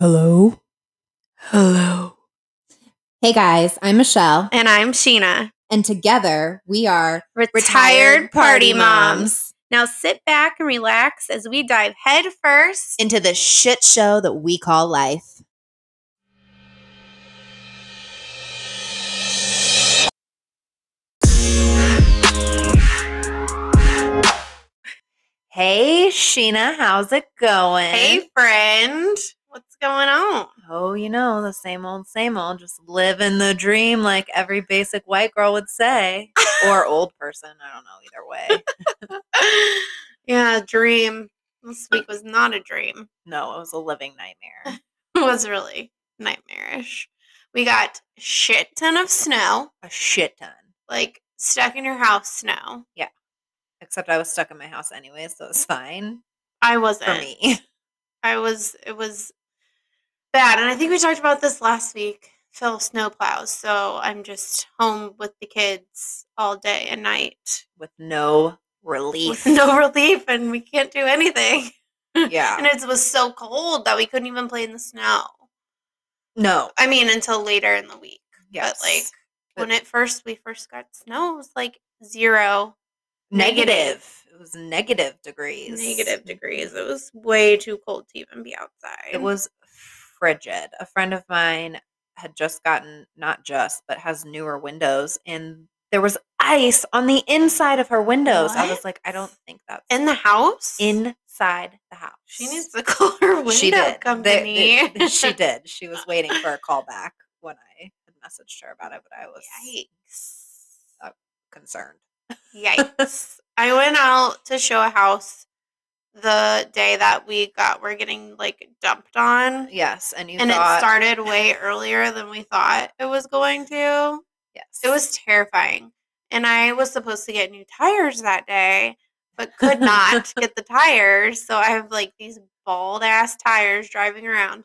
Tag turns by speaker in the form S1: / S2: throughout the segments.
S1: Hello? Hello.
S2: Hey guys, I'm Michelle,
S3: And I'm Sheena,
S2: and together we are
S3: retired, party, moms. Now sit back and relax as we dive head first.
S2: into the shit show that we call life. Hey Sheena, how's it going?
S3: hey, friend, what's going on?
S2: Oh, you know, the same old, same old, just living the dream like every basic white girl would say. or old person, I don't know, either way.
S3: yeah, dream. This week was not a dream.
S2: No, it was a living nightmare.
S3: It was really nightmarish. We got shit ton of snow,
S2: A shit ton.
S3: like stuck in your house snow.
S2: Except I was stuck in my house anyway, so it's fine
S3: I wasn't.
S2: for me.
S3: I was. It was bad, and I think we talked about this last week. Phil snowplows, so I'm just home with the kids all day and night.
S2: With no
S3: with
S2: relief.
S3: no relief and we can't do anything.
S2: yeah.
S3: And it was so cold that we couldn't even play in the snow.
S2: No.
S3: I mean, until later in the week.
S2: Yes.
S3: But like
S2: But-
S3: when it first we first got snow, it was like zero
S2: negative. It was negative degrees.
S3: negative degrees. It was way too cold to even be outside.
S2: It was frigid. A friend of mine had just gotten, not just, but has newer windows, and there was ice on the inside of her windows. I was
S3: What?
S2: like, I don't think that's
S3: in the house.
S2: inside the house.
S3: she needs to call her window
S2: She did.
S3: company.
S2: They- they- she did. She was waiting for a call back when I had messaged her about it, but I was
S3: Yikes.
S2: Oh, concerned.
S3: Yikes. I went out to show a house the day that we got we're getting like dumped on.
S2: Yes, and you
S3: and
S2: thought
S3: it started way earlier than we thought it was going to.
S2: yes,
S3: It was terrifying. And I was supposed to get new tires that day, but could not get the tires. So I have like these bald ass tires driving around.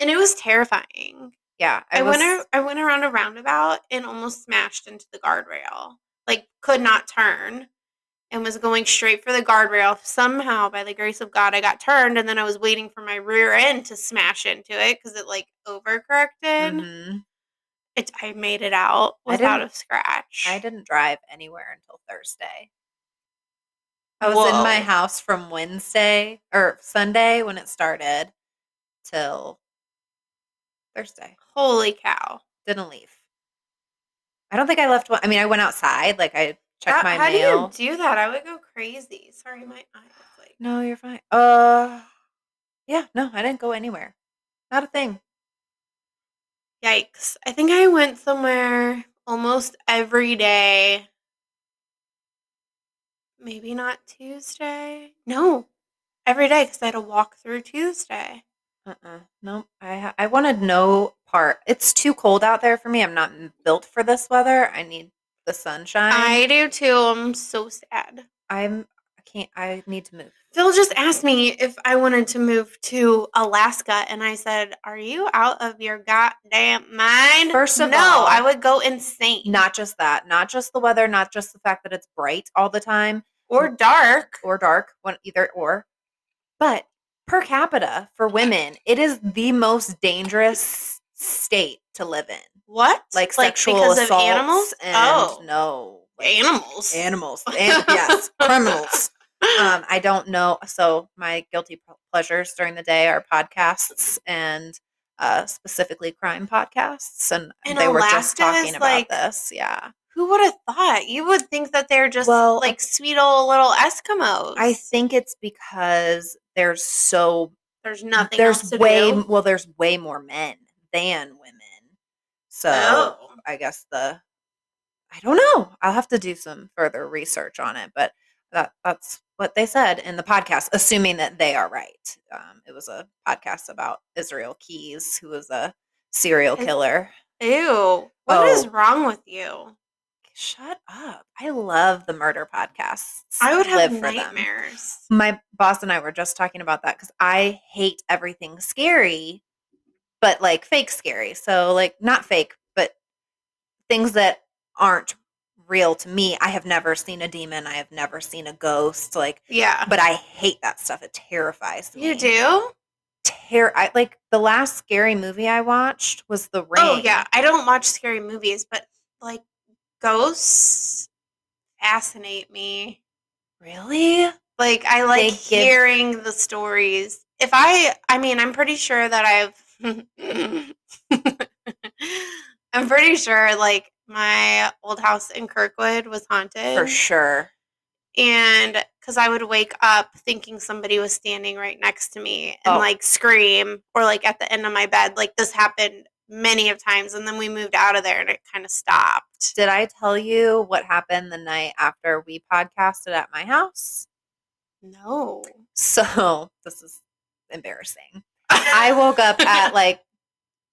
S3: And it was terrifying.
S2: yeah.
S3: I, went
S2: was-
S3: ar- I went around a roundabout and almost smashed into the guardrail. Like could not turn and was going straight for the guardrail. Somehow by the grace of God I got turned and then I was waiting for my rear end to smash into it cuz it like overcorrected.
S2: Mhm.
S3: It, I made it out
S2: I didn't-
S3: without a scratch.
S2: I didn't drive anywhere until Thursday. I was in my
S3: Whoa.
S2: house from Wednesday or Sunday when it started till Thursday.
S3: Holy cow.
S2: Didn't leave. I don't think I left one. I mean, I went outside. Like I checked
S3: how
S2: my
S3: how
S2: mail.
S3: do you do that? I would go crazy. Sorry, my eye is like
S2: No, you're fine. Uh, yeah, no, I didn't go anywhere. Not a thing.
S3: Yikes. I think I went somewhere almost every day. Maybe not Tuesday. No, every day because I had to walk through Tuesday.
S2: Uh-uh. Nope. I ha- I wanted no part. It's too cold out there for me. I'm not m- built for this weather. I need the sunshine.
S3: I do too. I'm so sad.
S2: I'm. I can't. I need to move.
S3: Phil just asked me if I wanted to move to Alaska, and I said, Are you out of your goddamn mind?
S2: First of
S3: no,
S2: all-
S3: I would go insane.
S2: Not just that. Not just the weather. Not just the fact that it's bright all the time
S3: or dark.
S2: or dark. One either or. But per capita for women, it is the most dangerous state to live in.
S3: What?
S2: like, sexual
S3: because
S2: assaults
S3: of animals?
S2: and
S3: oh,
S2: no like,
S3: animals.
S2: animals and yes criminals um i don't know so my guilty p- pleasures during the day are podcasts and uh specifically crime podcasts and,
S3: And
S2: they were just
S3: Alaska
S2: talking
S3: is,
S2: about
S3: like,
S2: this yeah
S3: Who would have thought? You would think that they're just
S2: Well, I-
S3: like sweet old little Eskimos.
S2: i think it's because there's so
S3: there's nothing.
S2: there's
S3: else to
S2: way
S3: do.
S2: well there's way more men than women so
S3: Oh.
S2: I guess the I don't know. I'll have to do some further research on it, but that that's what they said in the podcast, assuming that they are right. Um, it was a podcast about Israel Keys, who was a serial
S3: Is-
S2: killer.
S3: Ew. What is
S2: Oh.
S3: wrong with you?
S2: Shut up! I love the murder podcasts.
S3: I would have
S2: Live for them.
S3: nightmares.
S2: My boss and I were just talking about that because I hate everything scary, but like fake scary. So like not fake, but things that aren't real to me. I have never seen a demon. I have never seen a ghost. Like,
S3: Yeah.
S2: but I hate that stuff. It terrifies me.
S3: You do?
S2: ter- I like the last scary movie I watched was The Ring.
S3: Oh yeah, I don't watch scary movies, but like ghosts fascinate me.
S2: Really?
S3: Like I like
S2: They give-
S3: hearing the stories. If I I mean, I'm pretty sure that I've I'm pretty sure like my old house in Kirkwood was haunted.
S2: For sure.
S3: And cuz I would wake up thinking somebody was standing right next to me and
S2: Oh.
S3: like scream or like at the end of my bed. Like this happened many of times and then we moved out of there and it kind of stopped.
S2: Did I tell you what happened the night after we podcasted at my house?
S3: No.
S2: So this is embarrassing. I woke up at like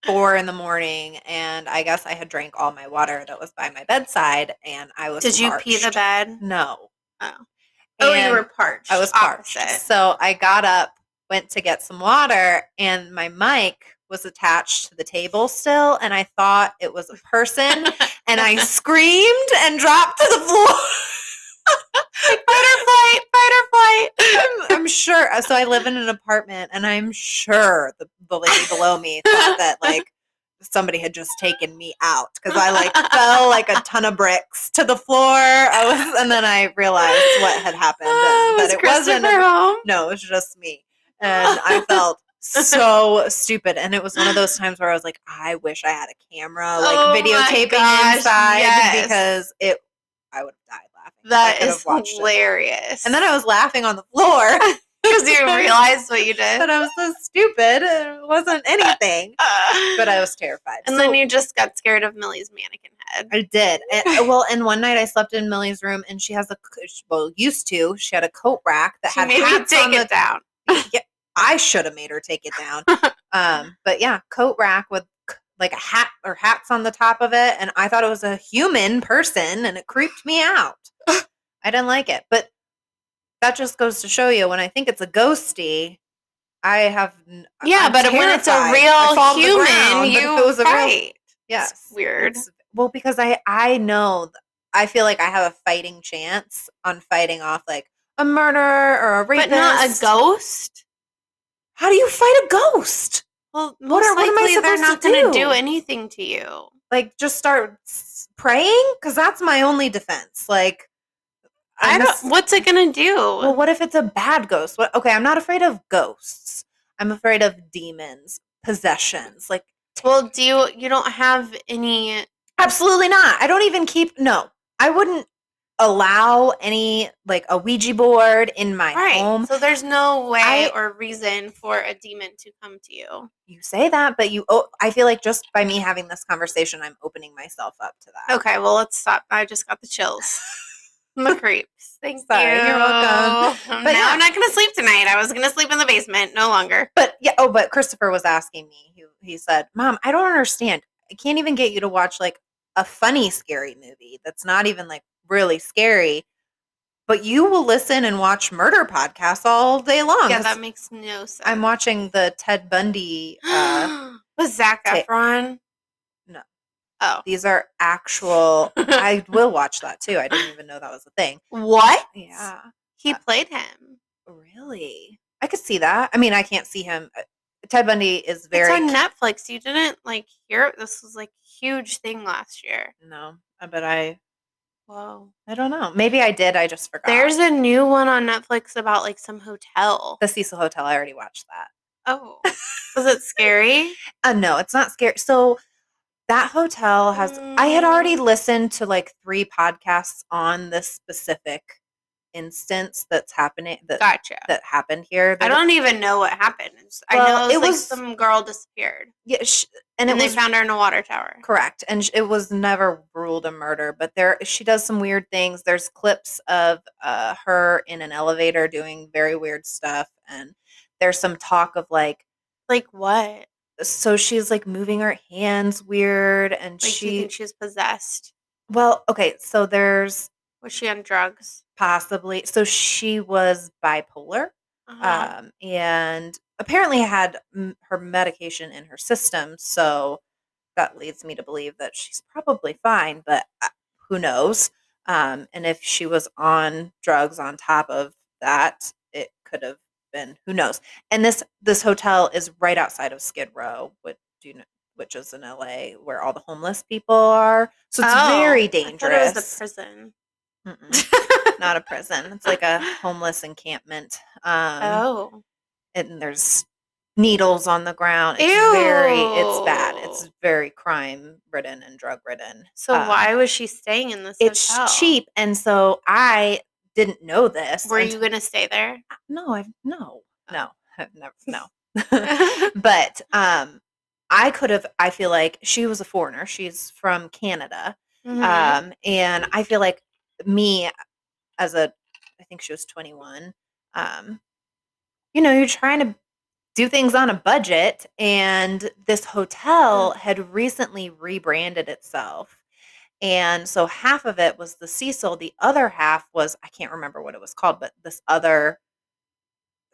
S2: four in the morning and I guess I had drank all my water that was by my bedside and I was
S3: Did you pee the
S2: parched.
S3: bed?
S2: No.
S3: Oh. Oh, you
S2: And
S3: were parched.
S2: I was parched.
S3: Opposite.
S2: So I got up, went to get some water, and my mic was attached to the table still, and I thought it was a person, and I screamed and dropped to the floor. Like, fight or flight, fight or flight. I'm, I'm sure. uh, So I live in an apartment, and I'm sure the, the lady below me thought that like somebody had just taken me out because I like fell like a ton of bricks to the floor. I was, and then I realized what had happened,
S3: Oh,
S2: and,
S3: was
S2: that it wasn't.
S3: Christopher
S2: a-
S3: home.
S2: no, it was just me, and I felt so stupid. And it was one of those times where I was like, I wish I had a camera, like
S3: Oh my
S2: videotaping
S3: gosh,
S2: inside,
S3: yes.
S2: because it, I would have died laughing. if I
S3: That
S2: could
S3: is
S2: have watched it.
S3: hilarious.
S2: And then I was laughing on the floor
S3: because you realized what you did.
S2: that I was so stupid. and It wasn't anything, but I was terrified.
S3: And
S2: So
S3: then you just got scared of Millie's mannequin head.
S2: I did. And, well, and one night I slept in Millie's room, and she has a c- sh- well used to. She had a coat rack that
S3: She
S2: had
S3: made me
S2: hats on
S3: take
S2: the.
S3: it down.
S2: Yeah, I should have made her take it down. um, but yeah, coat rack with c- like a hat or hats on the top of it, and I thought it was a human person, and it creeped me out. I didn't like it, but that just goes to show you when I think it's a ghosty. I have n-
S3: Yeah,
S2: I'm
S3: but when it's a
S2: terrified. I fall to the
S3: real human,
S2: ground, but
S3: you
S2: if it was a
S3: fight.
S2: real yes
S3: It's weird.
S2: it's- well, because I I know th- I feel like I have a fighting chance on fighting off like a murderer or a rapist.
S3: but not a ghost.
S2: How do you fight a ghost?
S3: Well, most
S2: What are- what am I
S3: likely they're
S2: supposed
S3: not
S2: to
S3: going to
S2: do?
S3: do anything to you.
S2: Like just start s- praying because that's my only defense. Like
S3: I
S2: I'm
S3: don't.
S2: ass-
S3: What's it going to do?
S2: well, what if it's a bad ghost? What? Okay, I'm not afraid of ghosts. I'm afraid of demons, possessions. Like
S3: Well, do you? You don't have any.
S2: Absolutely not. I don't even keep no. I wouldn't allow any like a Ouija board in my
S3: Right.
S2: home.
S3: So there's no way
S2: I-
S3: or reason for a demon to come to you.
S2: You say that, but you oh, I feel like just by me having this conversation I'm opening myself up to that.
S3: Okay, well, let's stop. I just got the chills. And the creeps. Thank
S2: Sorry,
S3: you.
S2: you're welcome.
S3: Um,
S2: But
S3: now
S2: yeah.
S3: I'm not going to sleep tonight. I was going to sleep in the basement. No longer.
S2: But yeah, oh, but Christopher was asking me. He he said, "Mom, I don't understand. I can't even get you to watch like a funny scary movie that's not even like really scary." But you will listen and watch murder podcasts all day long.
S3: Yeah,
S2: 'cause
S3: that makes no sense.
S2: I'm watching the Ted Bundy uh,
S3: was Zach
S2: ta-
S3: Efron?
S2: No.
S3: Oh.
S2: These are actual. I will watch that too. I didn't even know that was a thing.
S3: What?
S2: Yeah.
S3: He
S2: Uh,
S3: played him.
S2: Really? I could see that. I mean, I can't see him. uh, Ted Bundy is very.
S3: it's on Netflix. You didn't like hear it? This was like a huge thing last year.
S2: no, uh, but I.
S3: Whoa.
S2: I don't know. Maybe I did. I just forgot.
S3: There's a new one on Netflix about like some hotel.
S2: the Cecil Hotel. I already watched that.
S3: Oh. Was it scary?
S2: Uh, no, it's not scary. So that hotel has. I had already
S3: Mm.
S2: listened to like three podcasts on this specific instance that's happening that
S3: Gotcha.
S2: that happened here.
S3: I
S2: That-
S3: don't even know what happened. It's- I
S2: Well,
S3: know it was,
S2: it
S3: like
S2: was-
S3: some girl disappeared
S2: Yeah, sh-
S3: and,
S2: and, it
S3: they
S2: was
S3: found her in a water tower.
S2: Correct. And sh- it was never ruled a murder, but there she does some weird things. There's clips of uh, her in an elevator doing very weird stuff and there's some talk of like
S3: Like what?
S2: so she's like moving her hands weird and
S3: Like do you
S2: she
S3: think she was possessed?
S2: well, okay, so there's
S3: Was she on drugs?
S2: possibly so she was bipolar
S3: Uh-huh.
S2: um, and apparently had m- her medication in her system. So that leads me to believe that she's probably fine, but uh, who knows? Um, and if she was on drugs on top of that, it could have been who knows. And this this hotel is right outside of Skid Row, which do you know, which is in LA where all the homeless people are. So it's
S3: Oh,
S2: very
S3: I thought it was
S2: dangerous.
S3: the prison.
S2: Mm-mm, Not a prison. It's like a homeless encampment. Um
S3: oh,
S2: and there's needles on the ground. It's very it's bad. It's
S3: Ew.
S2: very crime ridden and drug ridden.
S3: so
S2: um,
S3: why was she staying in this?
S2: It's
S3: hotel?
S2: cheap. And so I didn't know this.
S3: Were
S2: until-
S3: you Oh. gonna stay there?
S2: no, I've no, no, I've never, no. but um, I could have. I feel like she was a foreigner. She's from Canada,
S3: Mhm.
S2: um, and I feel like me as a, I think she was twenty one. Um, you know, you're trying to do things on a budget, and this hotel had recently rebranded itself. And so half of it was the Cecil. The other half was, I can't remember what it was called, but this other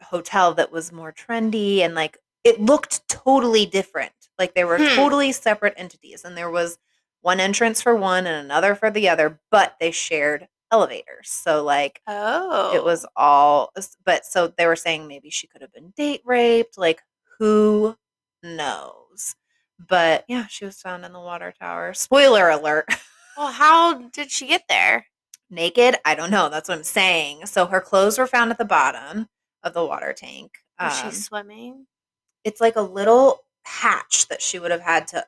S2: hotel that was more trendy and like it looked totally different. Like they were
S3: Hmm.
S2: totally separate entities. And there was one entrance for one and another for the other, but they shared elevators. So, like,
S3: oh,
S2: it was all s- but so they were saying maybe she could have been date raped like who knows but yeah she was found in the water tower spoiler alert
S3: Well, how did she get there?
S2: naked i don't know that's what i'm saying so her clothes were found at the bottom of the water tank
S3: Was she
S2: Um,
S3: swimming?
S2: it's like a little hatch that she would have had to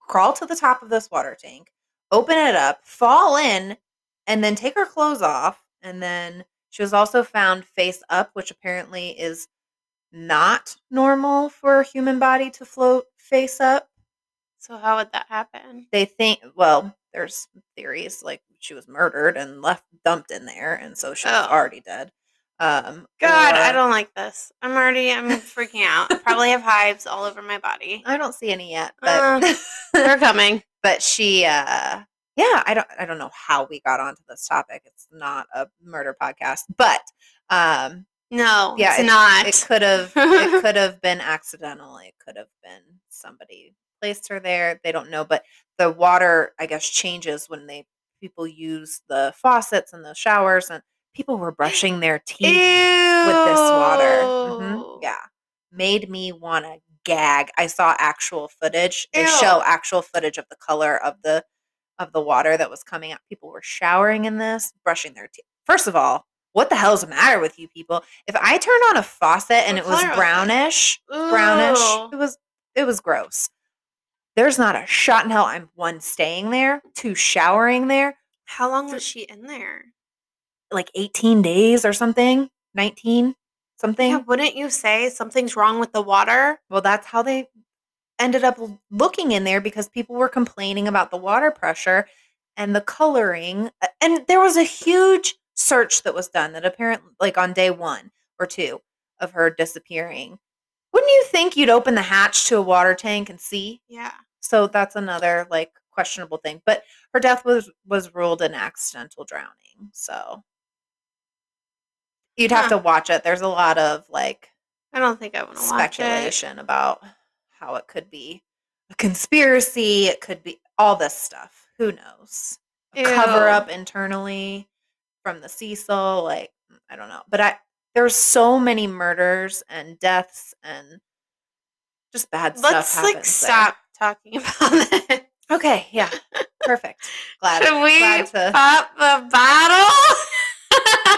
S2: crawl to the top of this water tank, open it up, fall in, and then take her clothes off. And then she was also found face up, which apparently is not normal for a human body to float face up.
S3: So how would that happen?
S2: They think, well, there's theories like she was murdered and left dumped in there, and so she was
S3: Oh.
S2: already dead. Um,
S3: God, I
S2: or-
S3: don't like this. I'm already, I'm freaking out. I probably have hives all over my body.
S2: I don't see any yet,
S3: Uh,
S2: but
S3: They're coming.
S2: but she uh yeah i don't i don't know how we got onto this topic it's not a murder podcast but um
S3: No,
S2: Yeah,
S3: it's not.
S2: it could have it could have been accidental it could have been somebody placed her there they don't know but the water i guess changes when they people use the faucets and the showers and people were brushing their
S3: Ew.
S2: teeth with this water Mhm, yeah made me want to gag i saw actual footage they show
S3: Ew.
S2: actual footage of the color of the of the water that was coming out people were showering in this brushing their teeth first of all what the hell's the matter with you people if i turned on a faucet and
S3: What
S2: it was
S3: color was it?
S2: brownish brownish it
S3: Ew.
S2: was it was gross there's not a shot in hell i'm one staying there two showering there
S3: How long was she in there?
S2: like 18 days or something 19 something
S3: Yeah, wouldn't you say something's wrong with the water?
S2: Well, that's how they ended up l- looking in there because people were complaining about the water pressure and the coloring. A- And there was a huge search that was done that apparently, like on day one or two of her disappearing. Wouldn't you think you'd open the hatch to a water tank and see?
S3: Yeah.
S2: So that's another like questionable thing. But her death was was ruled an accidental drowning. So you'd have
S3: Huh.
S2: to watch it. There's a lot of like
S3: I don't think I want to watch it.
S2: speculation about how it could be a conspiracy. It could be all this stuff. Who knows? A cover
S3: Ew.
S2: up internally from the Cecil. Like mm, I don't know, but I there's so many murders and deaths and just bad
S3: Let's
S2: stuff.
S3: like
S2: happens there.
S3: stop talking about this.
S2: Okay, yeah, perfect. Glad.
S3: Should we
S2: glad to
S3: pop the bottle?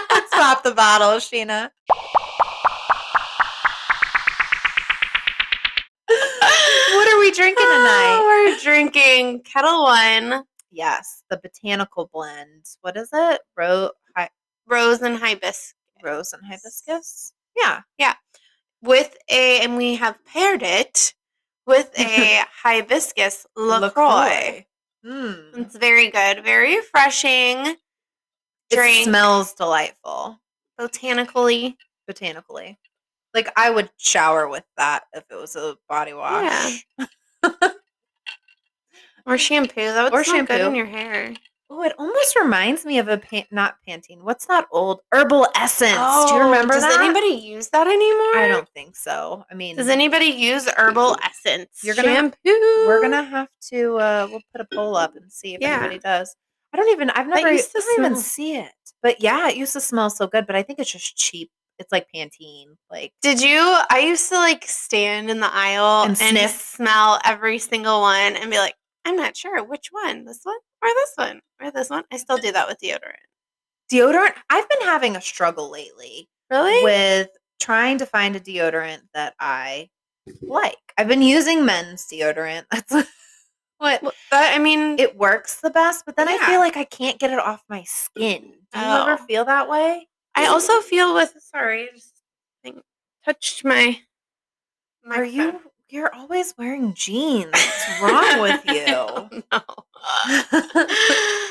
S2: Let's pop the bottle, Sheena. What are we drinking tonight?
S3: Oh, we're drinking Kettle One
S2: Yes, the botanical blend. What is it? Ro- hi-
S3: Rose and Hibiscus
S2: rose and hibiscus. Yeah.
S3: with a, and we have paired it with a hibiscus LaCroix.
S2: Mm.
S3: It's very good, very refreshing,
S2: It
S3: Drink.
S2: smells delightful
S3: botanically.
S2: botanically. Like I would shower with that if it was a body wash.
S3: Or shampoo. That would
S2: Or
S3: smell good in
S2: shampoo.
S3: your hair.
S2: Oh, it almost reminds me of a pan- not Pantene. What's that old herbal essence? Oh, Do you remember
S3: does
S2: that?
S3: anybody use that anymore?
S2: I don't think so. I mean,
S3: Does anybody use herbal essence?
S2: You're gonna-
S3: shampoo.
S2: we're gonna have to uh we'll put a poll up and see if
S3: Yeah.
S2: anybody does i don't even i've
S3: That
S2: never e, I
S3: used to
S2: don't even
S3: smell-
S2: see it but yeah it used to smell so good but i think it's just cheap it's like Pantene. Like
S3: Did you? I used to like stand in the aisle
S2: And
S3: and,
S2: sniff.
S3: smell every single one and be like, I'm not sure which one, this one or this one or this one. I still do that with deodorant.
S2: deodorant, I've been having a struggle lately
S3: Really?
S2: with trying to find a deodorant that I like. I've been using men's deodorant. That's what
S3: Well, that, I mean,
S2: it works the best, but then I
S3: Yeah.
S2: feel like I can't get it off my skin. Do you ever
S3: Oh.
S2: feel that way?
S3: I also feel with sorry, I just think, touched my.
S2: Are you you're always wearing jeans? What's wrong with you?
S3: No.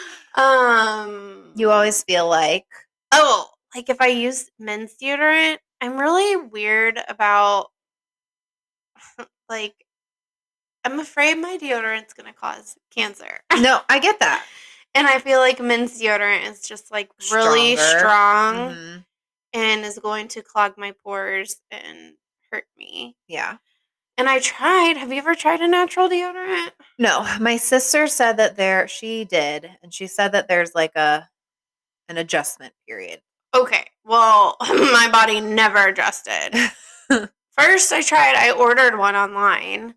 S3: um.
S2: you always feel like
S3: Oh, like if I use men's deodorant, I'm really weird about like I'm afraid my deodorant's gonna cause cancer.
S2: no, I get that.
S3: And I feel like men's deodorant is just like really
S2: Stronger.
S3: strong
S2: Mhm.
S3: and is going to clog my pores and hurt me.
S2: Yeah.
S3: And I tried. Have you ever tried a natural deodorant?
S2: No, my sister said that there she did, and she said that there's like a an adjustment period.
S3: Okay. Well, my body never adjusted. First, I tried, I ordered one online,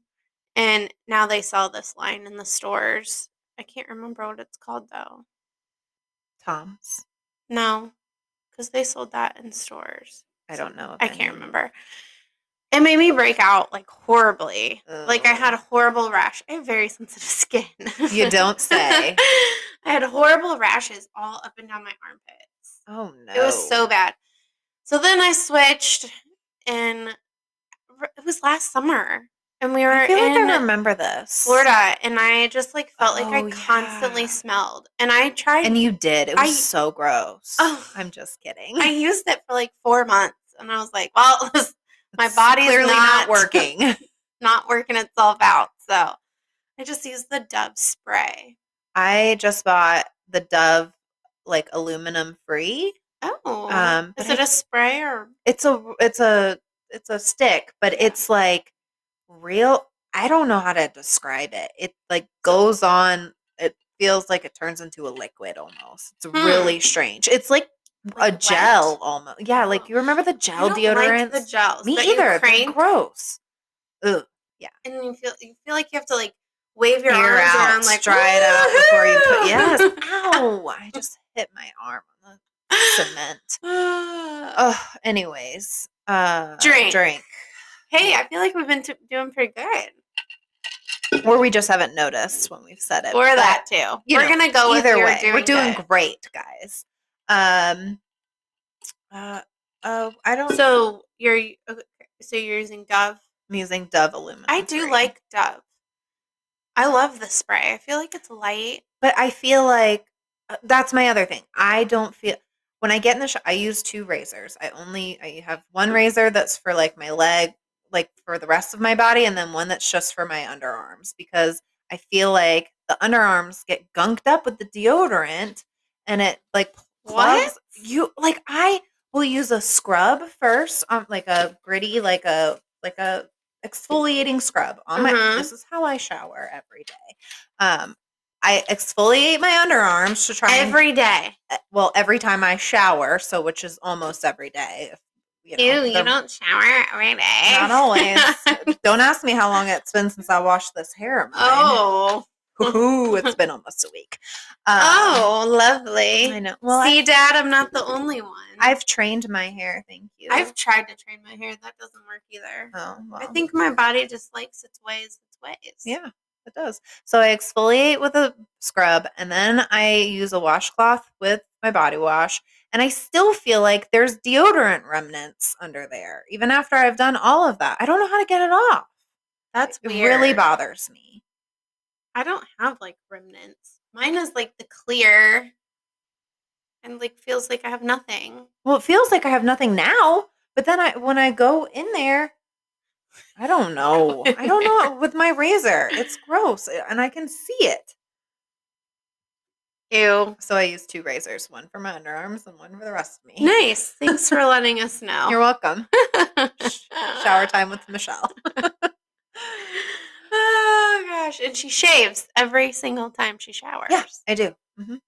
S3: and now they sell this line in the stores. I can't remember what it's called though.
S2: Tom's.
S3: No, because they sold that in stores.
S2: I don't know. if
S3: I can't
S2: any-
S3: remember. It made me break out like horribly. Like I
S2: Oh.
S3: had a horrible rash. I have very sensitive skin.
S2: You don't say.
S3: I had horrible rashes all up and down my armpits.
S2: Oh no.
S3: It was so bad. So then I switched, and r- it was last summer, and we were
S2: I feel like
S3: in
S2: I remember this.
S3: Florida, and I just like felt like I
S2: Oh,
S3: constantly
S2: yeah.
S3: smelled, and I tried.
S2: And you did. It was
S3: I-
S2: so gross.
S3: Oh.
S2: I'm just kidding.
S3: I used it for like four months, and I was like, "Well, this my body's
S2: clearly
S3: not-
S2: working.
S3: not working itself out." So I just used the Dove spray.
S2: I just bought the Dove like aluminum free.
S3: Oh,
S2: Um,
S3: is
S2: but
S3: it a spray or?
S2: It's a it's a it's a stick, but
S3: Yeah.
S2: it's like real I don't know how to describe it. It like goes on it feels like it turns into a liquid almost. It's really strange. It's like a
S3: Hmm. Like wet?
S2: gel almost. Yeah,
S3: Oh.
S2: like you remember the
S3: I
S2: gel
S3: don't
S2: deodorant?
S3: Like the gels.
S2: Me
S3: that you
S2: either. They're
S3: crank
S2: gross. Ugh.
S3: and you feel you feel like you have to like wave your
S2: Air
S3: arms
S2: out,
S3: around, like
S2: dry it out before you put.
S3: "Woohoo!"
S2: Yes. Ow! I just hit my arm on the cement. Oh, anyways. Uh,
S3: Drink.
S2: Drink.
S3: hey, I feel like we've been t- doing pretty good.
S2: Or we just haven't noticed when we've said it.
S3: Or
S2: but
S3: that too.
S2: you
S3: We're
S2: know,
S3: gonna go with
S2: Either
S3: you're
S2: way,
S3: Doing
S2: we're doing
S3: good.
S2: great, guys. Um. Uh. Oh, I don't. So
S3: So you're okay, so you're using Dove.
S2: I'm using Dove aluminum.
S3: I do
S2: free.
S3: like Dove. I love the spray. I feel like it's light.
S2: but I feel like uh, that's my other thing. I don't feel when I get in the shower. I use two razors. I only I have one razor that's for like my leg, like for the rest of my body, and then one that's just for my underarms because I feel like the underarms get gunked up with the deodorant, and it like plugs you. Like I will use a scrub first, um, like a gritty, like a like a exfoliating scrub on my.
S3: Mhm.
S2: This is how I shower every day. Um, I exfoliate my underarms to try and- eh,
S3: Every day.
S2: well every time I shower, so which is almost every day. if, You know,
S3: Ew, you
S2: the-
S3: don't shower every day.
S2: not always. don't ask me how long it's been since I washed this hair. Of mine.
S3: oh.
S2: Ooh, it's been almost a week. Um,
S3: oh, lovely.
S2: I know. Well,
S3: See,
S2: I,
S3: Dad, I'm not the only one.
S2: I've trained my hair. Thank you.
S3: I've tried to train my hair. That doesn't work either.
S2: Oh, well.
S3: I think my body just likes its ways. Its ways.
S2: Yeah, it does. So I exfoliate with a scrub and then I use a washcloth with my body wash. And I still feel like there's deodorant remnants under there, even after I've done all of that. I don't know how to get it off.
S3: that's
S2: It
S3: weird.
S2: really bothers me.
S3: I don't have like remnants. Mine is like the clear, and like feels like I have nothing.
S2: Well, it feels like I have nothing now, but then I when I go in there, I don't know. I don't know with my razor. It's gross and I can see it.
S3: Ew.
S2: So I use two razors, one for my underarms and one for the rest of me.
S3: Nice. Thanks for letting us know.
S2: You're welcome. Shower time with Michelle.
S3: Oh gosh, and she shaves every single time she showers.
S2: Yeah. I do.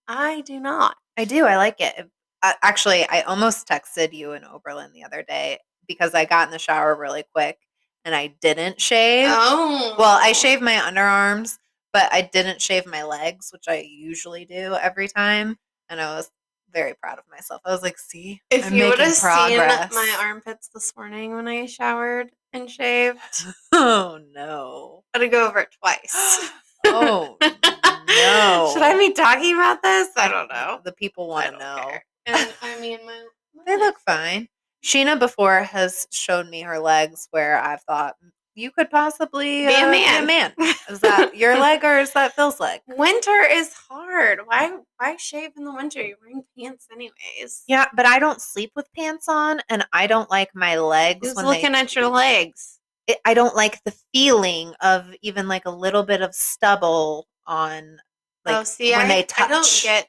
S3: I do not.
S2: I do. I like it. It uh, actually, I almost texted you in Oberlin the other day because I got in the shower really quick and I didn't shave.
S3: Oh.
S2: Well, I shaved my underarms, but I didn't shave my legs, which I usually do every time. And I was very proud of myself. I was like, see,
S3: If
S2: I'm
S3: you would
S2: making
S3: have seen
S2: progress."
S3: my armpits this morning when I showered and shaved,
S2: Oh, no.
S3: I'd go over it twice.
S2: Oh, no.
S3: Should I be talking about this? I don't know.
S2: The people
S3: I
S2: want to
S3: don't
S2: know.
S3: care. And I mean, my,
S2: They look fine. Sheena before has shown me her legs where I've thought "Mm, you could possibly
S3: Be a
S2: uh,
S3: man." Mm.
S2: Is that your leg or is that Phil's leg?
S3: Winter is hard. Why? Why shave in the winter? You're wearing pants anyways.
S2: Yeah, but I don't sleep with pants on, and I don't like my legs
S3: Who's
S2: when
S3: looking at your legs?
S2: they. I- I don't like the feeling of even like a little bit of stubble on. Like,
S3: oh, see,
S2: when
S3: I,
S2: they
S3: I don't
S2: touch.
S3: get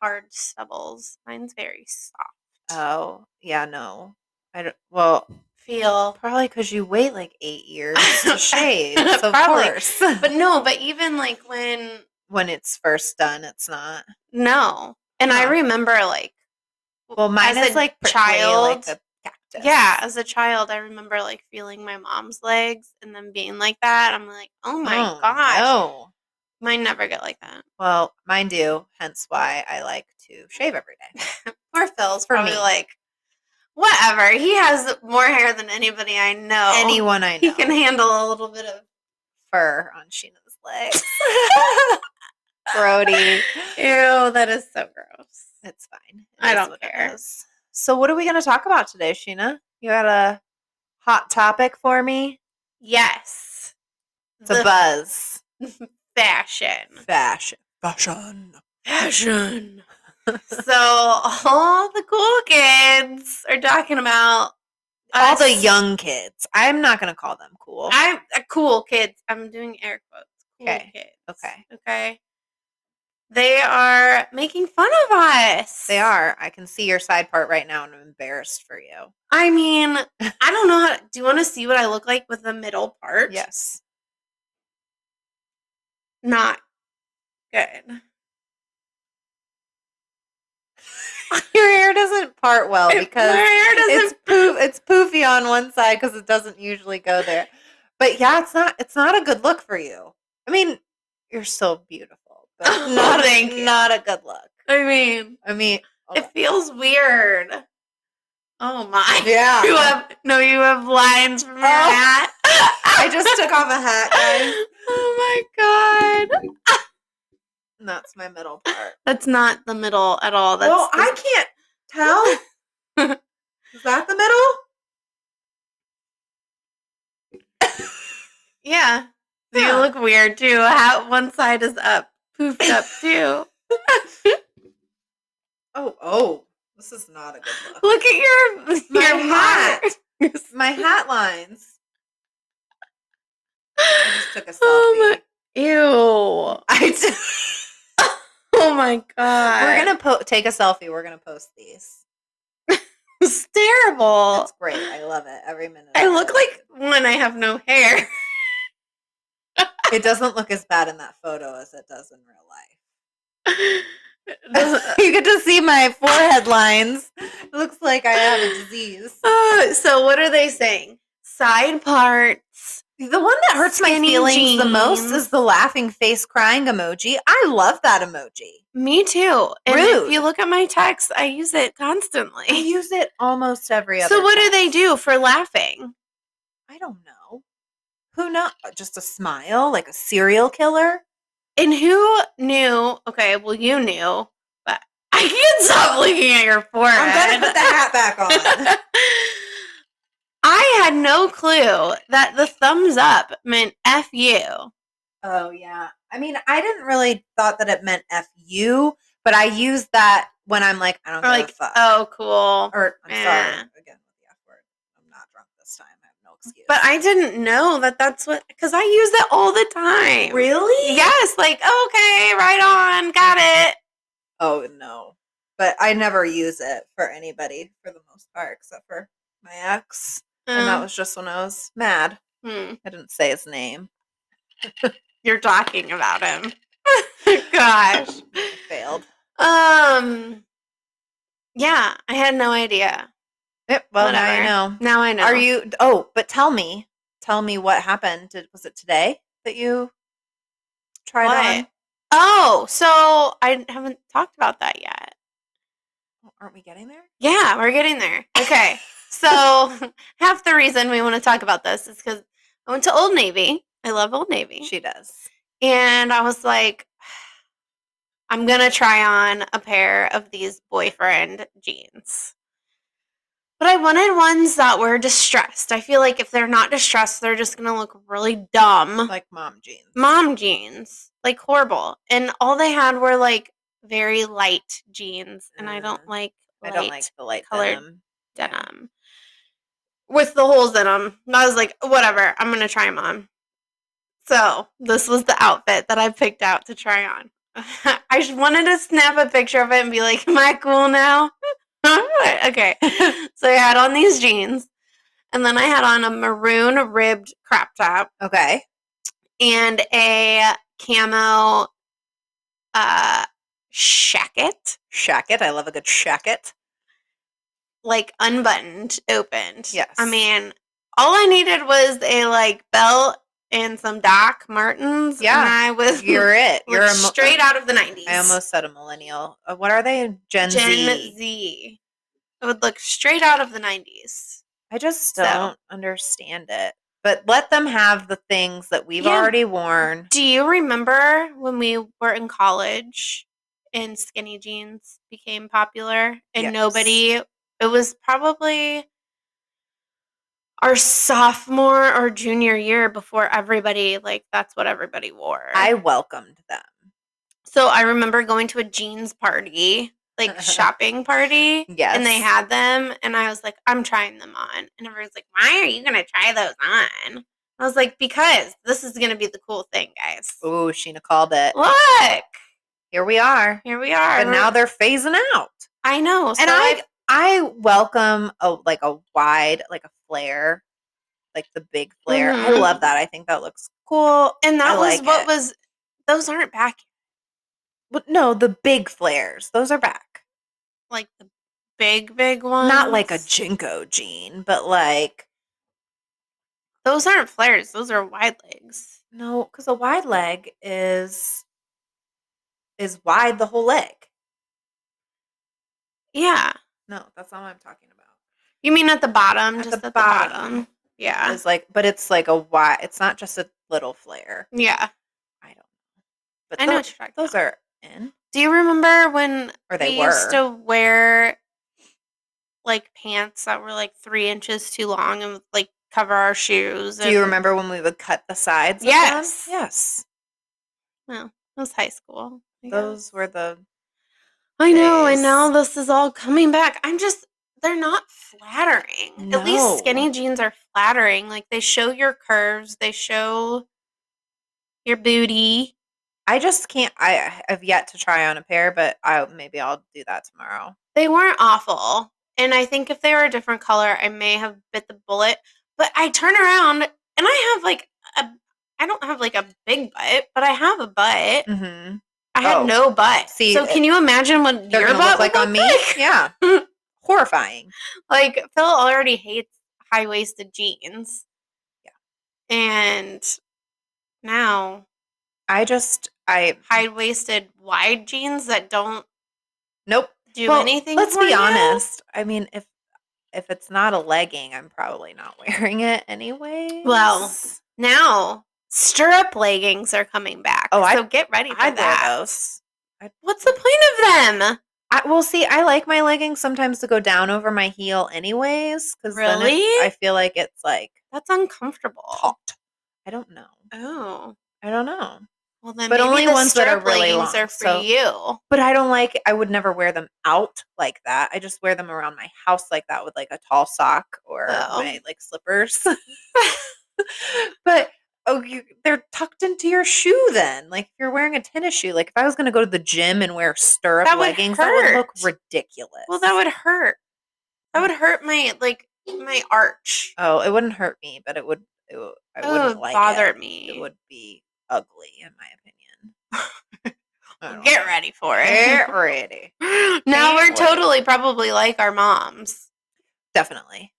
S3: hard stubbles. Mine's very soft.
S2: Oh yeah, no. I don't, well,
S3: Feel,
S2: probably because you wait like eight years to shave, so of
S3: Probably.
S2: course.
S3: but no. But even like when
S2: when it's first done, it's not.
S3: no, and I
S2: Huh.
S3: remember like
S2: Well, mine
S3: as
S2: is
S3: a
S2: like prickly,
S3: child.
S2: like a cactus.
S3: Yeah, as a child, I remember like feeling my mom's legs and them being like that. I'm like, oh my
S2: Oh,
S3: gosh,
S2: No.
S3: mine never get like that.
S2: Well, mine do. Hence why I like to shave every day.
S3: Poor Phil's
S2: For
S3: probably
S2: me.
S3: like, whatever. He has more hair than anybody I know.
S2: Anyone I know.
S3: he Oh, can handle a little bit of
S2: fur on Sheena's legs. Brody,
S3: ew. That is so gross.
S2: it's fine. It
S3: I
S2: is
S3: don't
S2: what it
S3: care.
S2: is. So, what are we going to talk about today, Sheena? You got a hot topic for me?
S3: Yes,
S2: It's a buzz.
S3: fashion.
S2: Fashion. Fashion.
S3: Fashion. so all the cool kids are talking about
S2: All the
S3: us.
S2: young kids. I'm not going to call them cool.
S3: I'm uh, cool kids. I'm doing air quotes. Cool
S2: Okay,
S3: kids.
S2: okay.
S3: Okay. They are making fun of us.
S2: They are. I can see your side part right now, and I'm embarrassed for you.
S3: I mean, I don't know how. do you want to see what I look like with the middle part?
S2: Yes.
S3: Not good.
S2: Your hair doesn't part well
S3: It-
S2: because
S3: my hair
S2: it's
S3: doesn't.
S2: poof, it's poofy on one side because it doesn't usually go there. But yeah, it's not it's not a good look for you. I mean, you're so beautiful, but
S3: Oh,
S2: not
S3: thank
S2: a,
S3: you.
S2: not a good look.
S3: I mean,
S2: I mean, oh,
S3: it feels weird. Oh my. You
S2: yeah.
S3: have no. You have lines from your
S2: Oh.
S3: hat.
S2: I just took off a hat, guys.
S3: Oh my god.
S2: And that's my middle part.
S3: That's not the middle at all. That's
S2: well,
S3: the-
S2: I can't tell. Is that the middle?
S3: Yeah. You
S2: Huh.
S3: look weird too. How one side is up, poofed up too.
S2: Oh, oh, this is not a good look.
S3: Look at your
S2: My
S3: your
S2: hat.
S3: mark.
S2: My hat lines. I just took a selfie.
S3: Oh my- Ew.
S2: I t-
S3: Oh my god.
S2: We're gonna po- take a selfie. We're gonna post these.
S3: It's terrible.
S2: It's great. I love it every minute.
S3: I
S2: of
S3: look
S2: it.
S3: like when I have no hair.
S2: it doesn't look as bad in that photo as it does in real life.
S3: Doesn't-
S2: you get to see my forehead lines. It looks like I have a disease.
S3: Uh, so what are they saying? Side parts.
S2: The one that hurts my
S3: Skinny
S2: feelings the most
S3: jeans.
S2: is the laughing face crying emoji. I love that emoji.
S3: Me too. And
S2: Rude.
S3: if you look at my text, I use it
S2: I
S3: constantly.
S2: use it almost every other.
S3: So what do
S2: time.
S3: they do for laughing?
S2: I don't know. Who knows? Just a smile, like a serial killer.
S3: And who knew? Okay, well, you knew, but I can't stop looking at your forehead.
S2: I'm gonna put the hat back on.
S3: I had no clue that the thumbs up meant F you.
S2: Oh yeah. I mean, I didn't really thought that it meant F you, but I use that when I'm like, I don't
S3: Or
S2: give
S3: like,
S2: a fuck.
S3: oh, cool.
S2: or I'm sorry
S3: eh.
S2: again with the F word. I'm not drunk this time. I have no excuse.
S3: But I didn't know that that's what, because I use it all the time.
S2: really,
S3: Yes, like, okay, right on, got it.
S2: Oh no. But I never use it for anybody for the most part, except for my ex, and that
S3: Um,
S2: was just when I was mad.
S3: hmm,
S2: I didn't say his name.
S3: You're talking about him. Gosh.
S2: I failed.
S3: Um. Yeah, I had no idea.
S2: Yep, well, now you
S3: Whatever.
S2: know.
S3: Now I know.
S2: Are you? Oh, but tell me, tell me what happened. Did, was it today that you tried
S3: What?
S2: on?
S3: Oh, so I haven't talked about that yet.
S2: Oh, Aren't we getting there?
S3: Yeah, we're getting there. Okay. so, half the reason we want to talk about this is because I went to Old Navy. I love Old Navy.
S2: She does.
S3: and I was like, I'm going to try on a pair of these boyfriend jeans. But I wanted ones that were distressed. I feel like if they're not distressed, they're just going to look really dumb.
S2: Like mom jeans.
S3: Mom jeans, like horrible. And all they had were like very light jeans. And I don't
S2: Mm.
S3: like
S2: I
S3: light
S2: don't like the light
S3: colored-
S2: denim.
S3: denim with the holes in them. And I was like, whatever, I'm going to try them on. So, this was the outfit that I picked out to try on. I just wanted to snap a picture of it and be like, am I cool now? okay. So, I had on these jeans, and then I had on a maroon ribbed crop top
S2: Okay.
S3: and a camo uh, shacket,
S2: Shacket. I love a good shacket.
S3: like unbuttoned, opened.
S2: Yes.
S3: I mean, all I needed was a like belt and some Doc Martens.
S2: Yeah.
S3: And I was
S2: You're it.
S3: like,
S2: You're a mo- uh,
S3: straight out of the 90s.
S2: I almost said a millennial. Uh, What are they? Gen,
S3: Gen
S2: Z.
S3: Z. I would look straight out of the 90s.
S2: I just
S3: So.
S2: don't understand it. But let them have the things that we've
S3: Yeah.
S2: already worn.
S3: Do you remember when we were in college and skinny jeans became popular and
S2: Yes.
S3: nobody, it was probably our sophomore or junior year before everybody, like, that's what everybody wore.
S2: I welcomed them.
S3: So I remember going to a jeans party, like shopping party.
S2: Yes.
S3: And they had them, and I was like, I'm trying them on. And everyone's like, Why are you going to try those on? I was like, Because this is going to be the cool thing, guys.
S2: Ooh, Sheena called it.
S3: Look,
S2: Here we are.
S3: here we are.
S2: But now they're phasing out.
S3: I know. So
S2: and I
S3: I,
S2: I welcome a like a wide like a flare, like the big flare. I
S3: Mhm.
S2: love that. I think that looks cool.
S3: and
S2: I
S3: that was
S2: like
S3: what
S2: it.
S3: was, those aren't back,
S2: But no, the big flares. Those are back.
S3: like the big, big ones.
S2: Not like a jinko jean, but like
S3: those aren't flares, those are wide legs.
S2: no, because a wide leg is is wide the whole leg.
S3: Yeah.
S2: No, that's not what I'm talking about.
S3: You mean at the bottom,
S2: At
S3: just
S2: the
S3: at
S2: bottom.
S3: the bottom. Yeah.
S2: It's like, but it's like a wide. It's not just a little flare.
S3: yeah.
S2: I don't know. But
S3: I know
S2: tho-
S3: what you're talking
S2: those
S3: about.
S2: are in,
S3: Do you remember when
S2: or they
S3: we
S2: were.
S3: used to wear like pants that were like three inches too long and would, like cover our shoes?
S2: Do you
S3: and-
S2: remember when we would cut the sides? of them?
S3: Yes.
S2: Yes.
S3: It was high school. I guess.
S2: Those were the.
S3: I know, and now
S2: days.
S3: this is all coming back. I'm just they're not flattering. At least
S2: No.
S3: skinny jeans are flattering. Like they show your curves, they show your booty.
S2: I just can't. I have yet to try on a pair, but I maybe I'll do that tomorrow.
S3: They weren't awful. And I think if they were a different color, I may have bit the bullet. But I turn around and I have like a I don't have like a big butt, but I have a butt.
S2: Mm-hmm.
S3: I had
S2: Oh.
S3: no butt.
S2: See, uh,
S3: so can you imagine what
S2: They're
S3: your
S2: gonna
S3: butt
S2: look
S3: would
S2: like on me. Yeah. Horrifying.
S3: Like Phil already hates high waisted jeans.
S2: Yeah.
S3: And now
S2: I just. I.
S3: high waisted wide jeans that don't
S2: Nope.
S3: do
S2: Well,
S3: anything.
S2: Let's
S3: for
S2: be
S3: you.
S2: honest. I mean, if if it's not a legging, I'm probably not wearing it anyway.
S3: Now stirrup leggings are coming back.
S2: Oh, I-
S3: so get ready for
S2: I'd
S3: that.
S2: wear those.
S3: What's the point of them?
S2: I, well, see, I like my leggings sometimes to go down over my heel, anyways, because then it-
S3: Really?
S2: I feel like it's like
S3: That's uncomfortable.
S2: taut. I don't know.
S3: Oh.
S2: I don't know.
S3: Well then
S2: But
S3: maybe
S2: only
S3: the
S2: ones that are
S3: stirrup
S2: really
S3: leggings
S2: long,
S3: are for
S2: so-
S3: you.
S2: But I don't like. I would never wear them out like that. I just wear them around my house like that with like a tall sock or
S3: Oh.
S2: my like slippers. but oh, you, they're tucked into your shoe. Then, like if you're wearing a tennis shoe, like if I was going to go to the gym and wear stirrup
S3: That would
S2: leggings, that would look
S3: hurt.
S2: ridiculous.
S3: Well that would hurt.
S2: Mm.
S3: That would hurt my like my arch.
S2: Oh, it wouldn't hurt me, but it would. It, wo- I
S3: It
S2: wouldn't
S3: would
S2: like
S3: bother
S2: it.
S3: me.
S2: It would be ugly, in my opinion. I don't
S3: Get ready for it.
S2: Get ready.
S3: now we're
S2: Get ready.
S3: totally probably like our moms.
S2: Definitely.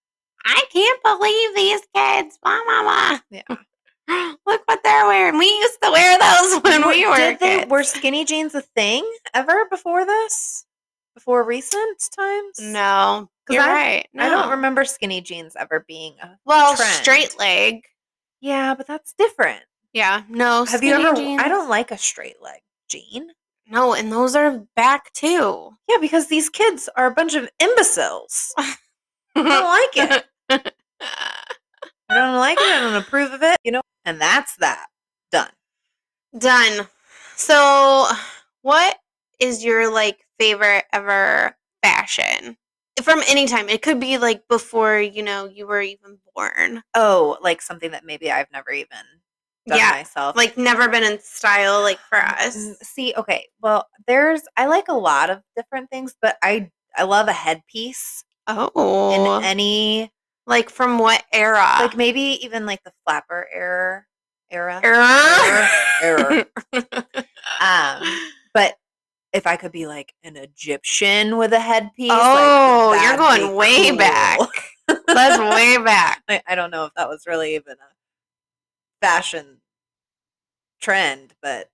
S3: I can't believe these kids. Blah, blah, blah. Yeah. Look what they're wearing. We used to wear those when we were
S2: Did they,
S3: kids.
S2: were skinny jeans a thing ever before this? Before recent times?
S3: no,
S2: 'Cause
S3: you're
S2: I-
S3: right. No.
S2: I don't remember skinny jeans ever being a.
S3: Well,
S2: trend.
S3: straight leg.
S2: Yeah, but that's different.
S3: Yeah. No.
S2: Have you
S3: skinny
S2: ever?
S3: jeans.
S2: I don't like a straight leg jean.
S3: No, and those are back too.
S2: Yeah, because these kids are a bunch of imbeciles. I don't like it. I don't like it. I don't approve of it. You know, and that's that. Done.
S3: Done. So, what is your like favorite ever fashion from any time? It could be like before you know you were even born.
S2: Oh, like something that maybe I've never even done
S3: Yeah,
S2: myself.
S3: Like never been in style like for us.
S2: Mm, See, okay. Well, there's I like a lot of different things, but I I love a headpiece
S3: Oh,
S2: in any
S3: like from what era?
S2: like maybe even like the flapper era era
S3: era.
S2: era. um, but if I could be like an Egyptian with a headpiece, like,
S3: Oh, you're
S2: that'd
S3: going
S2: be
S3: way back. That's way back.
S2: I, I don't know if that was really even a fashion trend, but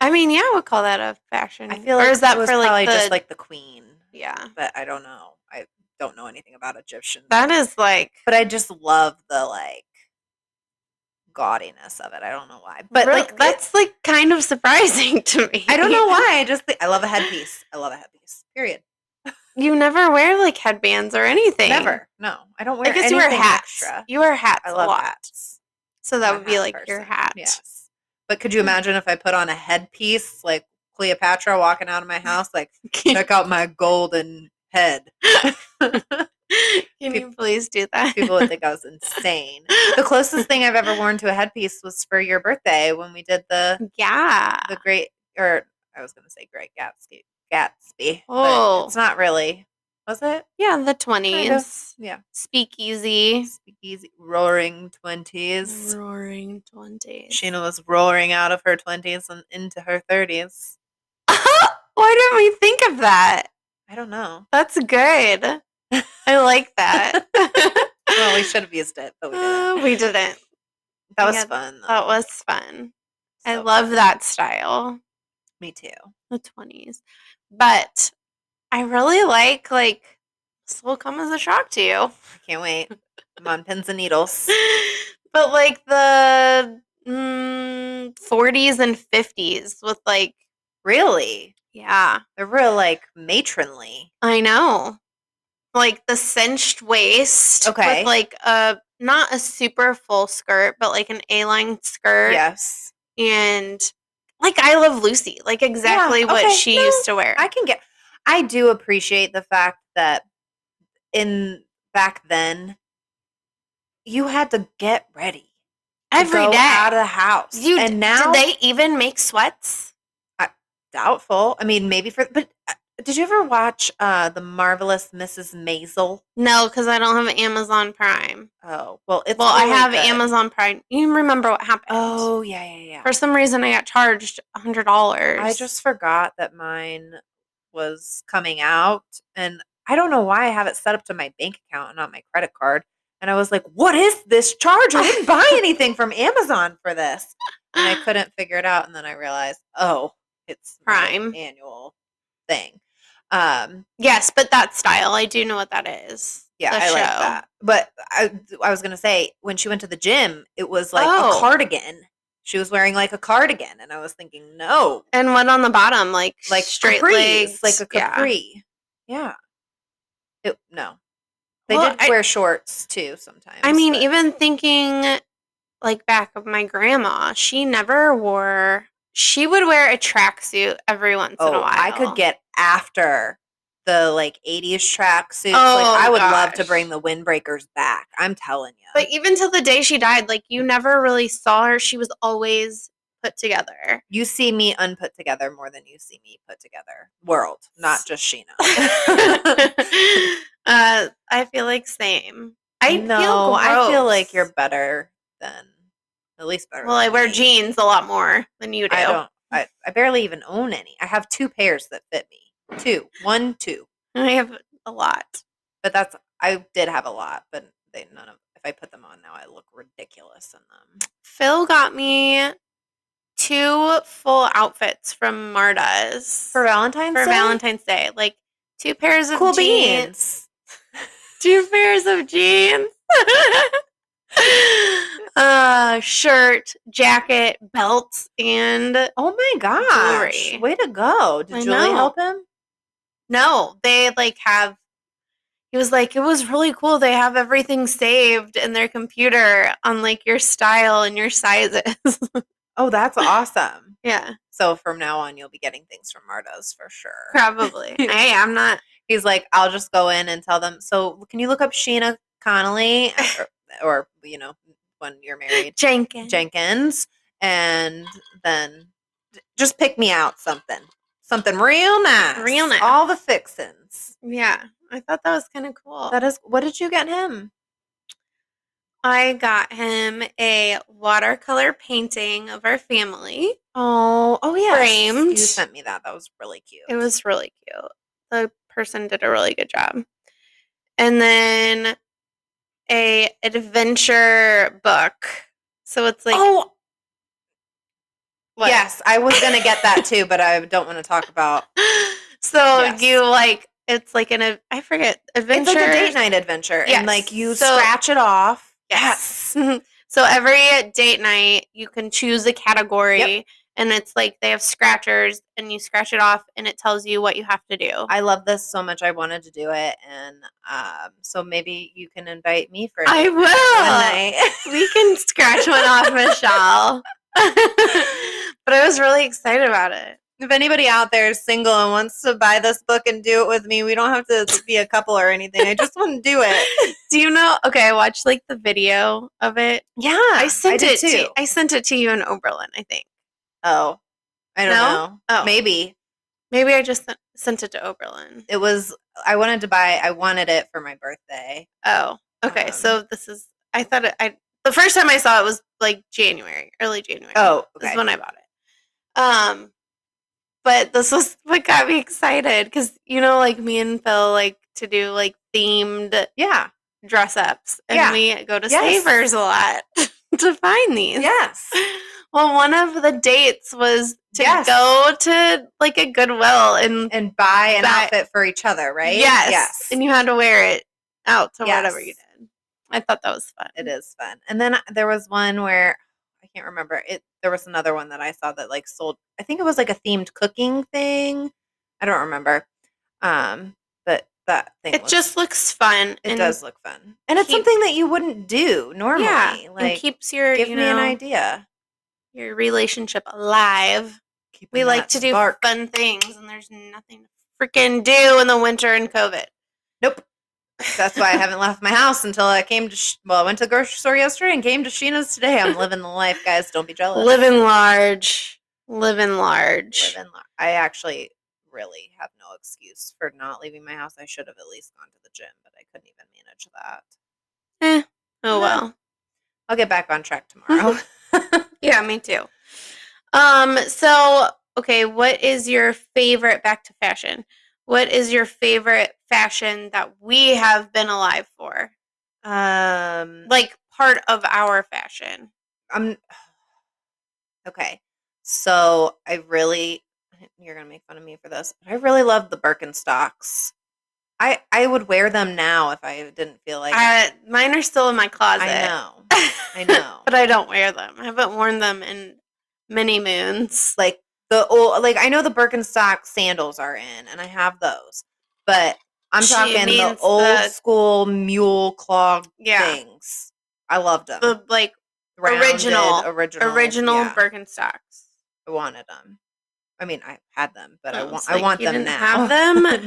S3: I mean, yeah, we'll call that a fashion.
S2: I feel
S3: Mm, or
S2: like
S3: is that
S2: it was
S3: for
S2: probably
S3: like the
S2: just like the queen.
S3: yeah?
S2: But I don't know. I don't know anything about Egyptian.
S3: That is like
S2: but I just love the like gaudiness of it. I don't know why, but
S3: Really-
S2: like it-
S3: that's like kind of surprising to me.
S2: I don't know why. I just think, I love a headpiece. I love a headpiece. Period.
S3: you never wear like headbands or anything.
S2: Never. No, I don't wear.
S3: I guess you wear
S2: anything
S3: hats.
S2: extra.
S3: You wear hats
S2: I
S3: a
S2: love
S3: lot.
S2: hats.
S3: So
S2: I'm
S3: that
S2: a
S3: would be
S2: hat Mm.
S3: like your
S2: person.
S3: hat.
S2: Yes. But could you imagine if I put on a headpiece like Cleopatra walking out of my house, like check out my golden head?
S3: Can
S2: Peop-
S3: you please do that?
S2: People would think I was insane. The closest thing I've ever worn to a headpiece was for your birthday when we did the
S3: yeah.
S2: the great or I was gonna say Great Gatsby Gatsby. but
S3: Oh.
S2: it's not really. Was it?
S3: Yeah, the 20s.
S2: Yeah.
S3: Speakeasy.
S2: Speakeasy roaring twenties.
S3: Roaring 20s.
S2: Sheena was roaring out of her twenties and into her thirties.
S3: why didn't we think of that?
S2: I don't know.
S3: That's good. I like that.
S2: Well, we should have used it, but we didn't.
S3: Uh, we didn't.
S2: that was
S3: yeah,
S2: fun. though.
S3: That was fun. I
S2: So
S3: love
S2: fun.
S3: that style,
S2: Me too.
S3: the 20s. But I really like, like, this will come as a shock to you.
S2: I can't wait. I'm on pins and needles.
S3: but like the mm, 40s and 50s with like,
S2: Really?
S3: yeah,
S2: They're real like matronly.
S3: I know. Like the cinched waist.
S2: Okay.
S3: With like a, not a super full skirt, but like an A line skirt.
S2: Yes.
S3: and like I love Lucy, like exactly what
S2: okay,
S3: she
S2: no,
S3: used to wear.
S2: I can get. I do appreciate the fact that in back then, you had to get ready
S3: every
S2: to
S3: day.
S2: go out of the house.
S3: You
S2: and now
S3: Did they even make sweats?
S2: doubtful. I mean, maybe for but. uh, Did you ever watch uh the marvelous Mrs. Maisel?
S3: No, because I don't have Amazon Prime.
S2: Oh well, it's
S3: well,
S2: really
S3: I have
S2: good.
S3: Amazon Prime. You remember what happened?
S2: Oh yeah, yeah, yeah.
S3: for some reason I got charged a hundred dollars.
S2: I just forgot that mine was coming out and I don't know why I have it set up to my bank account and not my credit card. And I was like, what is this charge? I didn't buy anything from Amazon for this. And I couldn't figure it out. And then I realized, oh, it's my
S3: Prime.
S2: annual thing. Um,
S3: yes, but that style, I do know what that is.
S2: yeah,
S3: The
S2: I like
S3: show.
S2: that. But I, I was going to say, when she went to the gym, it was like
S3: Oh.
S2: a cardigan. She was wearing like a cardigan. And I was thinking, no,
S3: And what on the bottom, like
S2: like
S3: straight
S2: capris,
S3: legs,
S2: like a
S3: Yeah.
S2: capri. Yeah. It, no, they
S3: Well,
S2: did
S3: I-
S2: wear shorts too sometimes.
S3: I mean,
S2: but-
S3: even thinking like back of my grandma, she never wore. She would wear a tracksuit every once in a
S2: oh,
S3: while.
S2: I could get after the like '80s tracksuits.
S3: Oh,
S2: like, I would love to
S3: gosh.
S2: bring the windbreakers back. I'm telling you.
S3: But even till the day she died, like you never really saw her. She was always put together.
S2: you see me unput together more than you see me put together. World, not just Sheena.
S3: uh, I feel like same. I
S2: no,
S3: feel
S2: I feel like
S3: gross.
S2: you're better than at least better.
S3: Well, I
S2: than
S3: wear
S2: me.
S3: jeans a lot more than you do.
S2: I don't. I, I barely even own any. I have two pairs that fit me. Two, one, two.
S3: I have a lot.
S2: But that's I did have a lot, but they none of if I put them on now I look ridiculous in them.
S3: Phil got me two full outfits from Marta's
S2: For Valentine's
S3: for
S2: Day?
S3: Valentine's Day. Like two pairs of
S2: cool
S3: jeans.
S2: beans.
S3: Two pairs of jeans. uh shirt, jacket, belt, and
S2: Oh my gosh.
S3: Jewelry.
S2: Way to go. Did
S3: I
S2: Julie
S3: know.
S2: help him?
S3: no, they like have he was like, it was really cool. They have everything saved in their computer on like your style and your sizes.
S2: Oh, that's awesome.
S3: yeah,
S2: So from now on you'll be getting things from Marta's for sure.
S3: probably. hey, I'm not
S2: he's like, I'll just go in and tell them. So can you look up Sheena Connolly or, or, you know when you're married
S3: Jenkins.
S2: Jenkins, and then j- just pick me out something, something real nice,
S3: Real nice.
S2: all the fixins.
S3: Yeah, I thought that was kind of cool.
S2: That is what did you get him?
S3: I got him a watercolor painting of our family.
S2: Oh, oh yeah, You
S3: Framed.
S2: sent me that. That was really cute.
S3: It was really cute. The person did a really good job. And then a adventure book. So it's like
S2: oh.
S3: What?
S2: Yes, I was gonna get that too, but I don't want to talk about.
S3: so
S2: Yes.
S3: you like it's like an ad- I forget
S2: It's
S3: adventure
S2: like a date night adventure,
S3: Yes,
S2: and like you
S3: so-
S2: scratch it off.
S3: Yes. so every date night, you can choose a category, and it's like they have scratchers, and you scratch it off, and it tells you what you have to do.
S2: I love this so much. I wanted to do it, and um, so maybe you can invite me for
S3: I will.
S2: one night.
S3: We can scratch one off, Michelle. but I was really excited about it.
S2: if anybody out there is single and wants to buy this book and do it with me, we don't have to be a couple or anything. I just want to do it.
S3: Do you know? Okay, I watched like the video of it.
S2: Yeah,
S3: I sent
S2: did
S3: it to you. I sent it to you in Oberlin, I think.
S2: oh, I don't
S3: No?
S2: know.
S3: Oh.
S2: Maybe
S3: Maybe I just sent, sent it to Oberlin.
S2: it was. I wanted to buy. I wanted it for my birthday.
S3: Oh, okay.
S2: Um,
S3: so this is. I thought it, I the first time I saw it was like January, early January.
S2: Oh,
S3: this
S2: okay.
S3: is when I bought it. Um, but this was what got me excited because you know, like me and Phil like to do like themed
S2: yeah.
S3: dress ups, and
S2: Yeah.
S3: we go to
S2: Yes.
S3: Savers a lot to find these.
S2: Yes.
S3: Well, one of the dates was to
S2: Yes.
S3: go to like a Goodwill and
S2: And buy an
S3: Buy-
S2: outfit for each other, right?
S3: Yes.
S2: Yes.
S3: And you had to wear it out to whatever you
S2: Yes.
S3: did. I thought that was fun.
S2: it is fun. And then there was one where I can't remember it. There was another one that I saw that like sold. I think it was like a themed cooking thing. I don't remember. Um, but that thing.
S3: It
S2: was-
S3: just looks fun.
S2: it
S3: and-
S2: does look fun, and it's
S3: keep-
S2: something that you wouldn't do normally.
S3: Yeah. and
S2: like
S3: keeps your
S2: give
S3: you
S2: me
S3: know
S2: an idea.
S3: your relationship alive.
S2: Keeping
S3: We like
S2: that
S3: to do
S2: spark.
S3: fun things, and there's nothing to freaking do in the winter and COVID.
S2: Nope. That's why I haven't left my house until I came to. Sh- well, I went to the grocery store yesterday and came to Sheena's today. I'm living the life, guys. Don't be jealous.
S3: Living large. Living large.
S2: live in Lo- I actually really have no excuse for not leaving my house. I should have at least gone to the gym, but I couldn't even manage that.
S3: Oh
S2: No.
S3: well.
S2: I'll get back on track tomorrow.
S3: Yeah, me too. Um, so okay, what is your favorite back to fashion? What is your favorite fashion that we have been alive for?
S2: um,
S3: Like part of our fashion.
S2: I'm okay. So I really, you're gonna make fun of me for this, but I really love the Birkenstocks. I I would wear them now if I didn't feel like it.
S3: Uh, mine are still in my closet.
S2: I know. I know.
S3: but I don't wear them. I haven't worn them in many moons.
S2: like the old like I know the Birkenstock sandals are in and I have those. But I'm
S3: She
S2: talking the
S3: means
S2: old
S3: the-
S2: school mule claw
S3: Yeah.
S2: things. I loved them.
S3: The like original-
S2: original
S3: original
S2: yeah,
S3: Birkenstocks.
S2: I wanted them. I mean, I had them, but I
S3: Oh,
S2: want
S3: it's
S2: I
S3: like,
S2: want
S3: you
S2: them
S3: didn't
S2: now.
S3: Have them?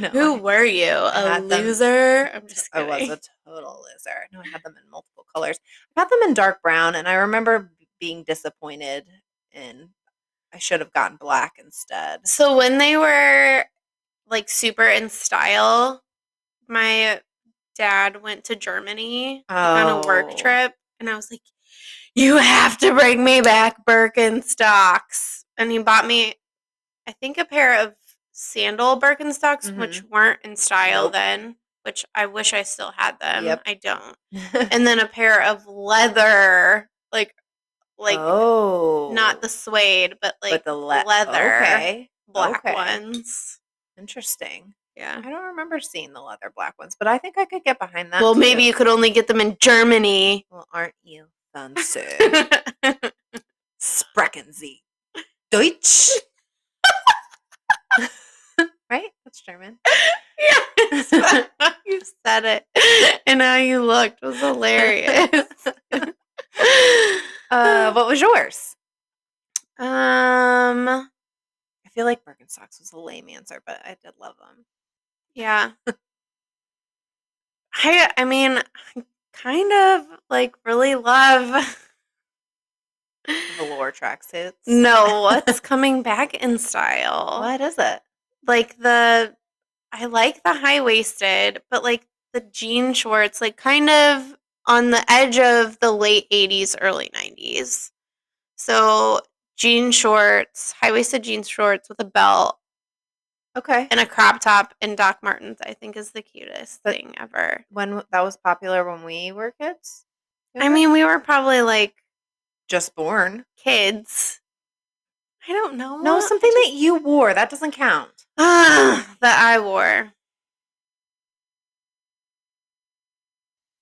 S2: No,
S3: Who
S2: I-
S3: were you? A
S2: had them.
S3: loser? I'm just
S2: I
S3: kidding.
S2: was a total loser. No, I had them in multiple colors. I had them in dark brown, and I remember being disappointed in. I should have gotten black instead.
S3: So when they were like super in style, my dad went to Germany like, on a
S2: Oh.
S3: work trip, and I was like, "You have to bring me back Birkenstocks." and he bought me, I think, a pair of sandal Birkenstocks, which weren't in style
S2: Mm-hmm. Nope.
S3: then, which I wish I still had them.
S2: Yep.
S3: I don't. And then a pair of leather, like, like
S2: oh,
S3: not the suede, but like
S2: but the le-
S3: leather
S2: Okay,
S3: black
S2: okay.
S3: ones.
S2: interesting.
S3: Yeah.
S2: I don't remember seeing the leather black ones, but I think I could get behind that.
S3: Well,
S2: too.
S3: maybe you could only get them in Germany.
S2: Well, aren't you fancy?
S3: I
S2: Sprechen Sie Deutsch? right? That's German.
S3: you said it, and how you looked was hilarious.
S2: Uh, what was yours?
S3: um,
S2: I feel like Birkenstocks was a lame answer, but I did love them.
S3: yeah. I I mean, kind of like really love.
S2: Velour tracksuits.
S3: No, what's coming back in style?
S2: What is it?
S3: like the I like the high waisted, but like the jean shorts, like kind of on the edge of the late eighties, early nineties. So jean shorts, high waisted jean shorts with a belt
S2: Okay.
S3: and a crop top and Doc Martens, I think is the cutest
S2: But-
S3: thing ever.
S2: When w- that was popular when we were kids? You
S3: I
S2: were
S3: mean, we were probably like
S2: just born.
S3: kids. I don't know.
S2: No, something that you wore. That doesn't count.
S3: Ah, that I wore.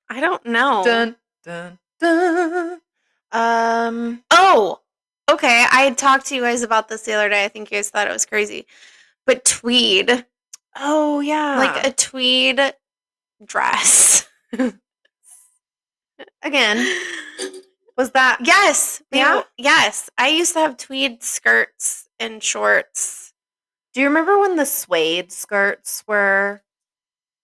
S3: I don't know.
S2: Dun, dun, dun. Um,
S3: Oh, okay. I had talked to you guys about this the other day. I think you guys thought it was crazy. But tweed,
S2: oh, yeah.
S3: like a tweed dress.
S2: again, was that
S3: yes. we
S2: Yeah?
S3: were- Yes. I used to have tweed skirts and shorts
S2: Do you remember when the suede skirts were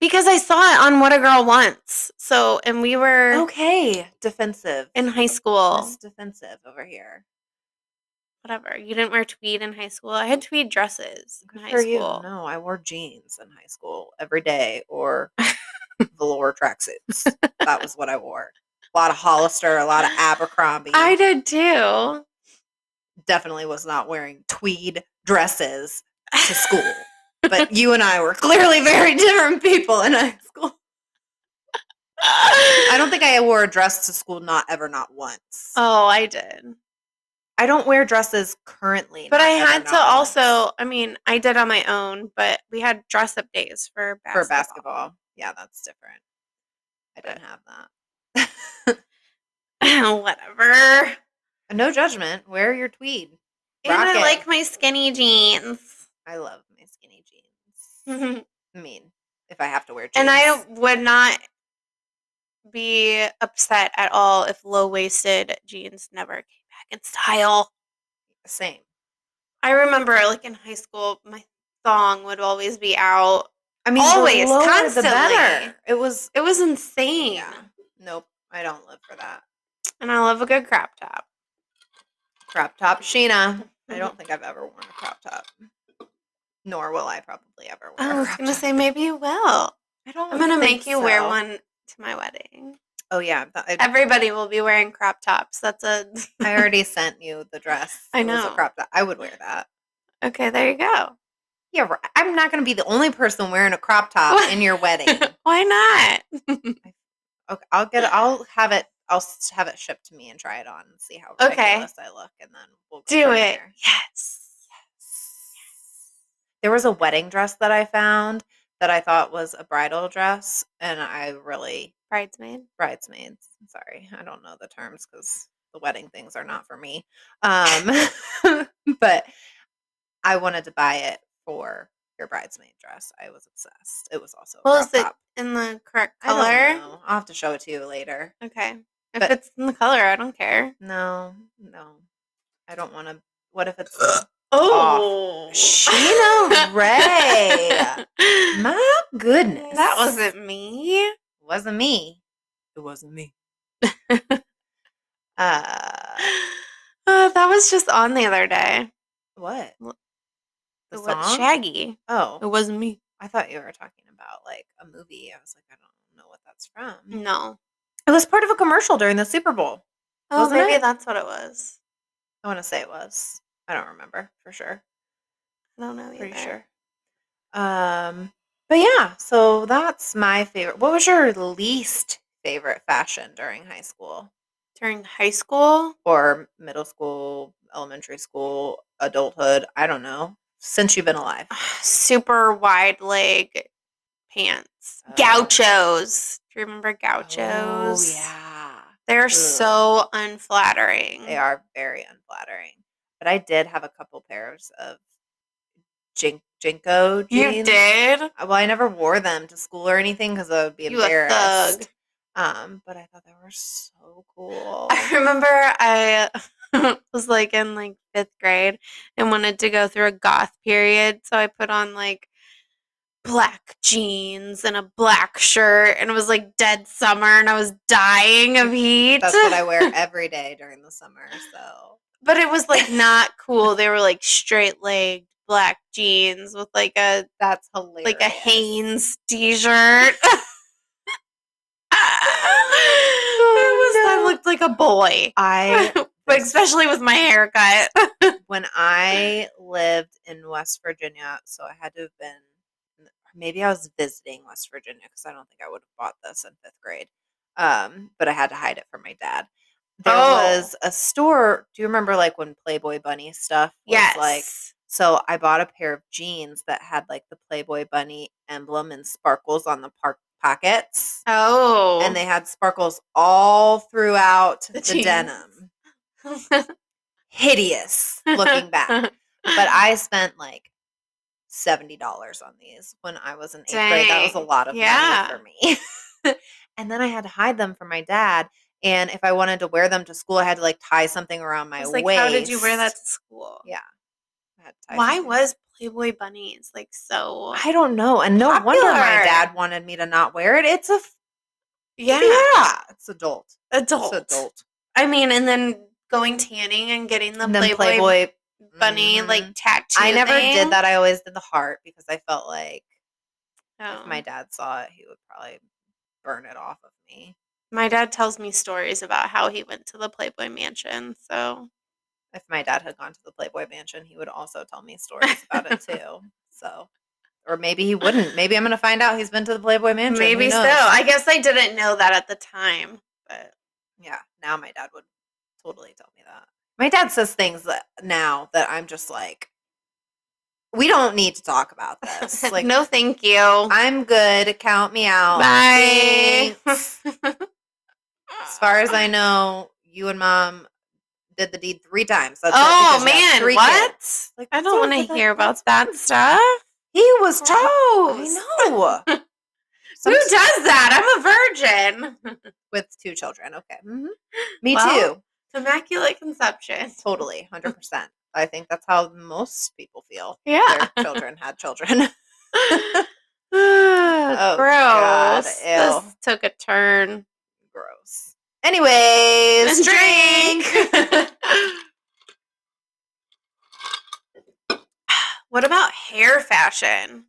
S3: because I saw it on What a Girl Wants. So, and we were
S2: okay? Defensive
S3: in high school.
S2: Miss defensive over here.
S3: whatever. You didn't wear tweed in high school. I had tweed dresses in
S2: Good
S3: high
S2: for you.
S3: school.
S2: No, I wore jeans in high school every day, or velour tracksuits. that was what I wore. A lot of Hollister, a lot of Abercrombie.
S3: I did too.
S2: definitely was not wearing tweed dresses to school. but you and I were clearly very different people in high school. I
S3: I
S2: don't think I wore a dress to school, not ever, not once.
S3: Oh, I did.
S2: I don't wear dresses currently.
S3: But
S2: not
S3: I
S2: ever,
S3: had to
S2: not once.
S3: also, I mean, I did on my own, but we had dress up days for basketball.
S2: for basketball. Yeah, that's different. I didn't have that.
S3: whatever.
S2: no judgment. Wear your tweed.
S3: And
S2: Rock
S3: I
S2: it.
S3: like my skinny jeans.
S2: I love my skinny jeans.
S3: and
S2: I mean, if I have to wear jeans.
S3: Mm-hmm. I don't- would not be upset at all if low waisted jeans never came back in style.
S2: Same.
S3: I remember, like in high school, my thong would always be out.
S2: I mean, the
S3: Always,
S2: lower the
S3: constantly.
S2: better. It was.
S3: It was insane.
S2: Yeah. Nope. I don't live for that.
S3: And I love a good crop top.
S2: Crop top. Sheena.
S3: Mm-hmm.
S2: I don't think I've ever worn a crop top. Nor will I probably ever wear
S3: Oh, I
S2: a
S3: was
S2: crop
S3: gonna
S2: top.
S3: say maybe you will.
S2: I don't
S3: I'm gonna
S2: think
S3: make you wear
S2: so.
S3: one to my wedding.
S2: Oh, yeah. th- I,
S3: Everybody will be wearing crop tops. That's a
S2: I already sent you the dress.
S3: I
S2: It was a
S3: know.
S2: crop top. I would wear that.
S3: okay. There you go.
S2: Yeah, right. I'm not going to be the only person wearing a crop top in your wedding.
S3: Why not?
S2: Okay, I'll get. I'll have it. I'll s- have it shipped to me and try it on and see how
S3: Okay.
S2: ridiculous I look, and then we'll go
S3: Do
S2: from
S3: it.
S2: there.
S3: Yes.
S2: There was a wedding dress that I found that I thought was a bridal dress, and I really
S3: Bridesmaid.
S2: bridesmaids. I'm Sorry, I don't know the terms because the wedding things are not for me. Um, but I wanted to buy it for your bridesmaid dress. I was obsessed. It was also a
S3: Well, is
S2: crop
S3: it
S2: top.
S3: in the correct
S2: I don't
S3: color?
S2: know. I'll have to show it to you later.
S3: Okay. If
S2: But-
S3: it's in the color, I don't care.
S2: No, no, I don't want to. What if it's
S3: Oh,
S2: Sheena Ray. my goodness?
S3: That wasn't me.
S2: wasn't me. It wasn't me. uh,
S3: Uh, that was just on the other day.
S2: what?
S3: Wh-
S2: The
S3: It was
S2: song?
S3: Shaggy.
S2: oh,
S3: wasn't me.
S2: I thought you were talking about like a movie. I was like, I don't know what that's from.
S3: No.
S2: Mm, It was part of a commercial during the Super Bowl.
S3: Oh,
S2: Wasn't
S3: maybe
S2: it?
S3: that's what it was.
S2: I want to say it was. I I don't remember for sure.
S3: I don't know. Either.
S2: Pretty sure. Um, but yeah, so that's my favorite. What was your least favorite fashion during high school
S3: During high school,
S2: or middle school, elementary school, adulthood? I don't know. Since you've been alive,
S3: super wide leg pants,
S2: Oh.
S3: gauchos. Do you remember gauchos?
S2: Oh yeah,
S3: They're
S2: Ugh.
S3: so unflattering.
S2: they are very unflattering. But I did have a couple pairs of jink jinko
S3: You
S2: jeans.
S3: did.
S2: Uh, Well, I never wore them to school or anything because I would be
S3: You a thug.
S2: embarrassed. Um, but I thought they were so cool.
S3: I remember I was like in like fifth grade and wanted to go through a goth period, so I put on like black jeans and a black shirt, and it was like dead summer, and I was dying of heat.
S2: That's what I wear every day during the summer. So
S3: but it was like not cool. They were like straight legged black jeans with like a
S2: that's hilarious.
S3: like a Hanes t-shirt. it was I
S2: no.
S3: looked like a boy.
S2: Oh, I
S3: But especially with my haircut.
S2: when I lived in West Virginia, so I had to have been maybe I was visiting West Virginia because I don't think I would have bought this in fifth grade. Um, but I had to hide it from my dad. There
S3: Oh.
S2: was a store. Do you remember like when Playboy Bunny stuff was
S3: yes.
S2: like So I bought a pair of jeans that had like the Playboy Bunny emblem and sparkles on the park pockets.
S3: oh.
S2: And they had sparkles all throughout the,
S3: The jeans.
S2: denim. Hideous looking back. But I spent like $70 on these when I was in eighth grade. That was a
S3: Dang.
S2: lot of
S3: Yeah.
S2: money for me. and then I had to hide them from my dad. And if I wanted to wear them to school, I had to like tie something around my
S3: was like,
S2: waist.
S3: how did you wear that to school?
S2: Yeah. I had to tie
S3: Why
S2: something-
S3: was Playboy bunnies like so
S2: I don't know. And no wonder my
S3: Popular.
S2: dad wanted me to not wear it. It's a f-
S3: yeah,
S2: It's adult.
S3: adult.
S2: It's adult.
S3: I mean, and then going tanning and getting the
S2: And then
S3: Playboy,
S2: Playboy.
S3: bunny like
S2: Mhm.
S3: tattoo.
S2: I never
S3: thing.
S2: did that. I always did the heart because I felt like
S3: Oh.
S2: if my dad saw it, he would probably burn it off of me.
S3: My dad tells me stories about how he went to the Playboy Mansion. So
S2: If my dad had gone to the Playboy Mansion, he would also tell me stories about it too. So, or maybe he wouldn't. Maybe I'm going to find out he's been to the Playboy Mansion. Who
S3: maybe so.
S2: knows?
S3: I guess I didn't know that at the time, but
S2: Yeah, now my dad would totally tell me that. My dad says things that now that I'm just like, we don't need to talk about this. Like,
S3: no, thank you.
S2: I'm good. Count me
S3: Oh,
S2: out.
S3: Bye.
S2: Thanks. as far as I know, you and mom did the deed three times. That's it,
S3: oh
S2: because you have
S3: man,
S2: three
S3: what?
S2: kids. Like,
S3: I
S2: what's
S3: don't
S2: up
S3: want
S2: with
S3: to hear about
S2: That's
S3: that
S2: weird.
S3: stuff.
S2: He was
S3: Gross.
S2: talking. I know.
S3: Who
S2: Some-
S3: does that? I'm a virgin.
S2: with two children? Okay, mhm. me
S3: Well,
S2: too.
S3: Immaculate conception.
S2: Totally, hundred percent. I think that's how most people feel.
S3: Yeah.
S2: Their children had children.
S3: oh,
S2: God,
S3: Gross.
S2: ew.
S3: This took a turn.
S2: Gross. Anyways,
S3: Let's
S2: drink.
S3: what about hair fashion?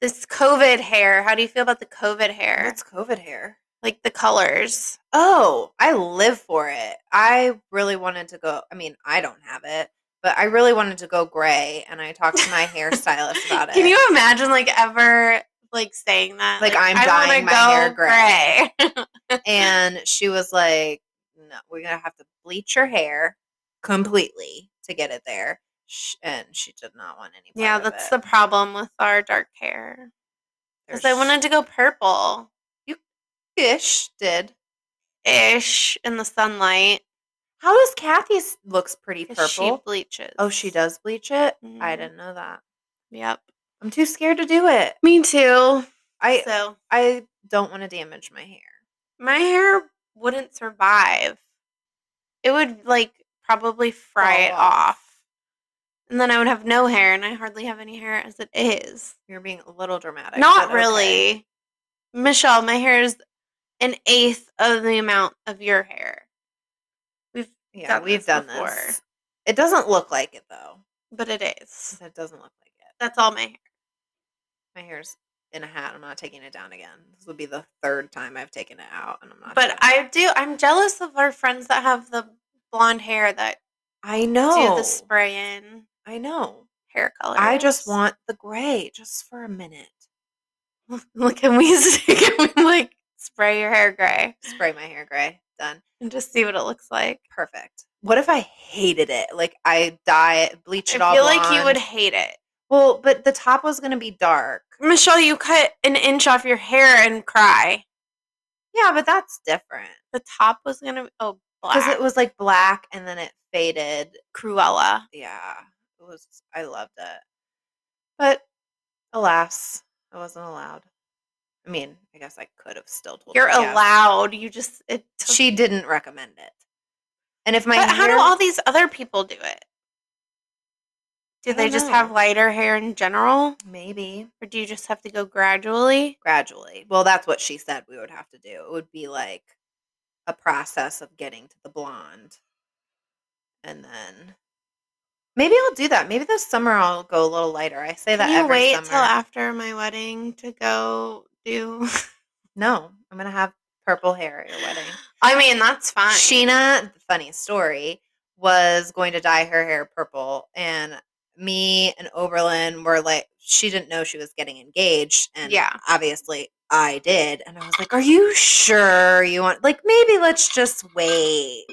S3: This COVID hair. How do you feel about the COVID hair?
S2: What's COVID hair?
S3: like the colors.
S2: Oh, I live for it. I really wanted to go. I mean, I don't have it, but I really wanted to go gray, and I talked to my hairstylist about it.
S3: Can you imagine like ever like saying that?
S2: Like, I'm
S3: I wanna
S2: dyeing my hair
S3: go
S2: gray.
S3: gray.
S2: And she was like, "No, we're gonna have to bleach your hair completely to get it there." Sh- And she did not want any. Part
S3: yeah,
S2: of
S3: that's
S2: it.
S3: the problem with our dark hair. Because I
S2: There's
S3: wanted to go purple
S2: fish did.
S3: ish in the sunlight.
S2: How does Kathy's looks pretty
S3: 'cause
S2: purple?
S3: She bleaches.
S2: oh, she does bleach it. I
S3: Mhm.
S2: didn't know that.
S3: Yep.
S2: I'm too scared to do it.
S3: Me too.
S2: I
S3: so
S2: I don't want to damage my hair.
S3: my hair wouldn't survive. It would like probably fry
S2: Fall
S3: it
S2: off.
S3: off. And then I would have no hair, and I hardly have any hair as it is.
S2: You're being a little dramatic. but
S3: Not
S2: okay.
S3: really. Michelle, my hair is an eighth of the amount of your hair.
S2: Yeah,
S3: done
S2: we've
S3: this
S2: done
S3: before.
S2: this. It doesn't look like it though.
S3: But it is.
S2: It doesn't look like it.
S3: That's all my hair.
S2: My hair's in a hat. I'm not taking it down again. This will be the third time I've taken it out, and I'm not.
S3: But
S2: doing it.
S3: I do I'm jealous of our friends that have the blonde hair that
S2: I
S3: Do
S2: know.
S3: the spray in
S2: I know.
S3: hair color.
S2: I just want the gray just for a minute.
S3: Look, can we can we like spray your hair gray
S2: Spray my hair gray. Done.
S3: and just see what it looks like?
S2: Perfect. What if I hated it? Like I dye it, bleach it
S3: I
S2: all.
S3: feel like you would
S2: blonde.
S3: hate it.
S2: Well, but the top was gonna be dark.
S3: Michelle, you cut an inch off your hair and cry.
S2: Yeah, but that's different
S3: The top was gonna be oh
S2: because
S3: black.
S2: it was like black and then it faded.
S3: Cruella.
S2: Yeah, it was. I loved it, but alas, I wasn't allowed. I mean, I guess I could have still told. her
S3: You're
S2: yes.
S3: allowed. You just it took
S2: She didn't recommend it. And if my
S3: But how do
S2: hair-
S3: all these other people do it? Do
S2: I
S3: they
S2: don't
S3: just have
S2: know.
S3: lighter hair in general?
S2: maybe
S3: Or do you just have to go gradually?
S2: gradually. Well, that's what she said we would have to do. It would be like a process of getting to the blonde. And then maybe I'll do that. Maybe this summer I'll go a little lighter. I say that
S3: Can you
S2: every
S3: wait
S2: summer.
S3: till after my wedding to go do
S2: no, I'm going to have purple hair at your wedding.
S3: I mean that's fine.
S2: Sheena, funny story, was going to dye her hair purple and me and Oberlin were like she didn't know she was getting engaged and
S3: Yeah.
S2: obviously I did and I was like, "Are you sure you want like maybe let's just wait."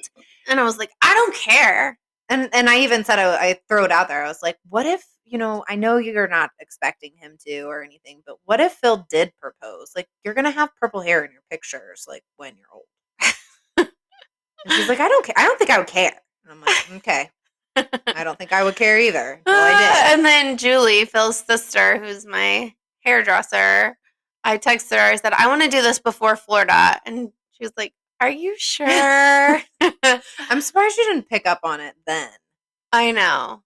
S3: and I was like, I don't care.
S2: And and I even said I, I throw it out there. I was like, "What if, you know, I know you're not expecting him to or anything, but what if Phil did propose? Like you're going to have purple hair in your pictures like when you're old." And she's like, I don't care. I don't think I would care. And I'm like, okay. I don't think I would care either. Well,
S3: Ah,
S2: Oh, I did.
S3: And then Julie, Phil's sister, who's my hairdresser, I texted her. I said, I want to do this before Florida. And she was like, Are you sure?
S2: I'm surprised you didn't pick up on it then.
S3: I know.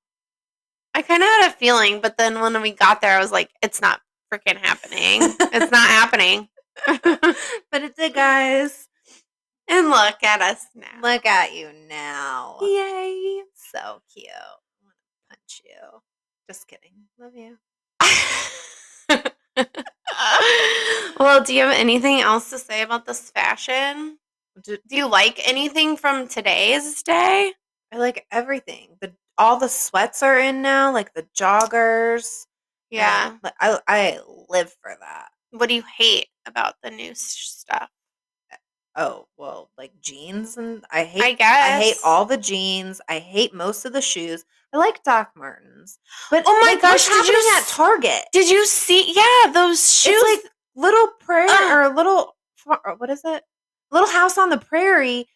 S3: I kind of had a feeling, but then when we got there, I was like, It's not freaking happening. it's not happening.
S2: But it did, guys.
S3: and look at us now.
S2: Look at you now.
S3: Yay.
S2: So cute. I want to punch you. Just kidding. Love you.
S3: well, do you have anything else to say about this fashion?
S2: Do,
S3: Do you like anything from today's day?
S2: I like everything. The all the sweats are in now, like the joggers.
S3: Yeah.
S2: Um, but I I live for that.
S3: What do you hate about the new s- stuff?
S2: Oh well, like jeans and I hate
S3: I guess.
S2: I hate all the jeans. I hate most of the shoes. I like Doc Martens. But
S3: Oh my
S2: like, what's
S3: gosh, did you
S2: happening at
S3: s-
S2: Target?
S3: Did you see? Yeah, those shoes. Uh.
S2: It's like Little Prairie
S3: Ugh.
S2: or Little Fa- or what is it? Little House on the Prairie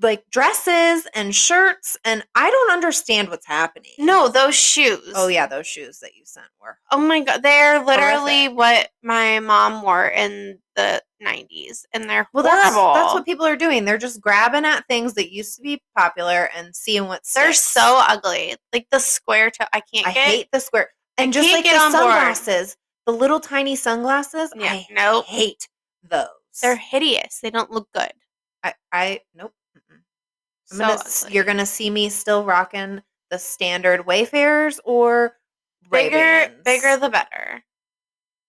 S2: like dresses and shirts and I don't understand what's happening.
S3: no, those shoes.
S2: Oh yeah, those shoes that you sent were
S3: Oh my god, they're literally what my mom wore in the '90s, and they're
S2: Well, that's,
S3: horrible.
S2: that's what people are doing. They're just grabbing at things that used to be popular and seeing what
S3: they're
S2: sticks.
S3: so ugly. Like the square toe, I can't
S2: I
S3: get.
S2: hate the square. And just
S3: can't
S2: like
S3: get
S2: the
S3: on board.
S2: sunglasses, the little tiny sunglasses,
S3: yeah,
S2: I
S3: nope.
S2: hate those.
S3: They're hideous. They don't look good.
S2: I, I nope. mm-mm. I'm
S3: So
S2: gonna, s-
S3: ugly.
S2: you're gonna see me still rocking the standard Wayfarers or
S3: bigger,
S2: Ray-Bans.
S3: bigger the better.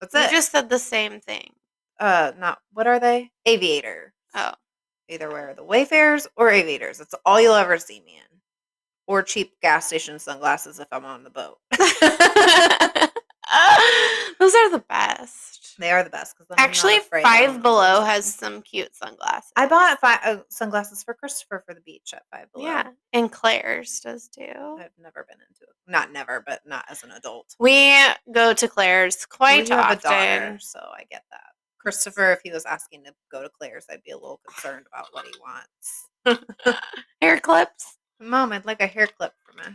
S2: That's
S3: You
S2: it.
S3: just said the same thing.
S2: uh, not what are they? Aviator.
S3: Oh.
S2: either wear the Wayfarers or Aviators. That's all you'll ever see me in. Or cheap gas station sunglasses if I'm on the boat.
S3: Those are the best.
S2: They are the best. 'cause then I'm not
S3: Actually,
S2: afraid that I'm
S3: Five
S2: gonna
S3: Below
S2: lose
S3: has
S2: them.
S3: some cute sunglasses.
S2: I bought five, uh, sunglasses for Christopher for the beach at Five Below.
S3: yeah, and Claire's does too.
S2: I've never been into it. Not never, but not as an adult.
S3: We go to Claire's
S2: I
S3: quite
S2: do have a daughter,
S3: often.
S2: so I get that. Christopher, if he was asking to go to Claire's, I'd be a little concerned about what he wants.
S3: Hair clips.
S2: Mom, I'd like a hair clip for my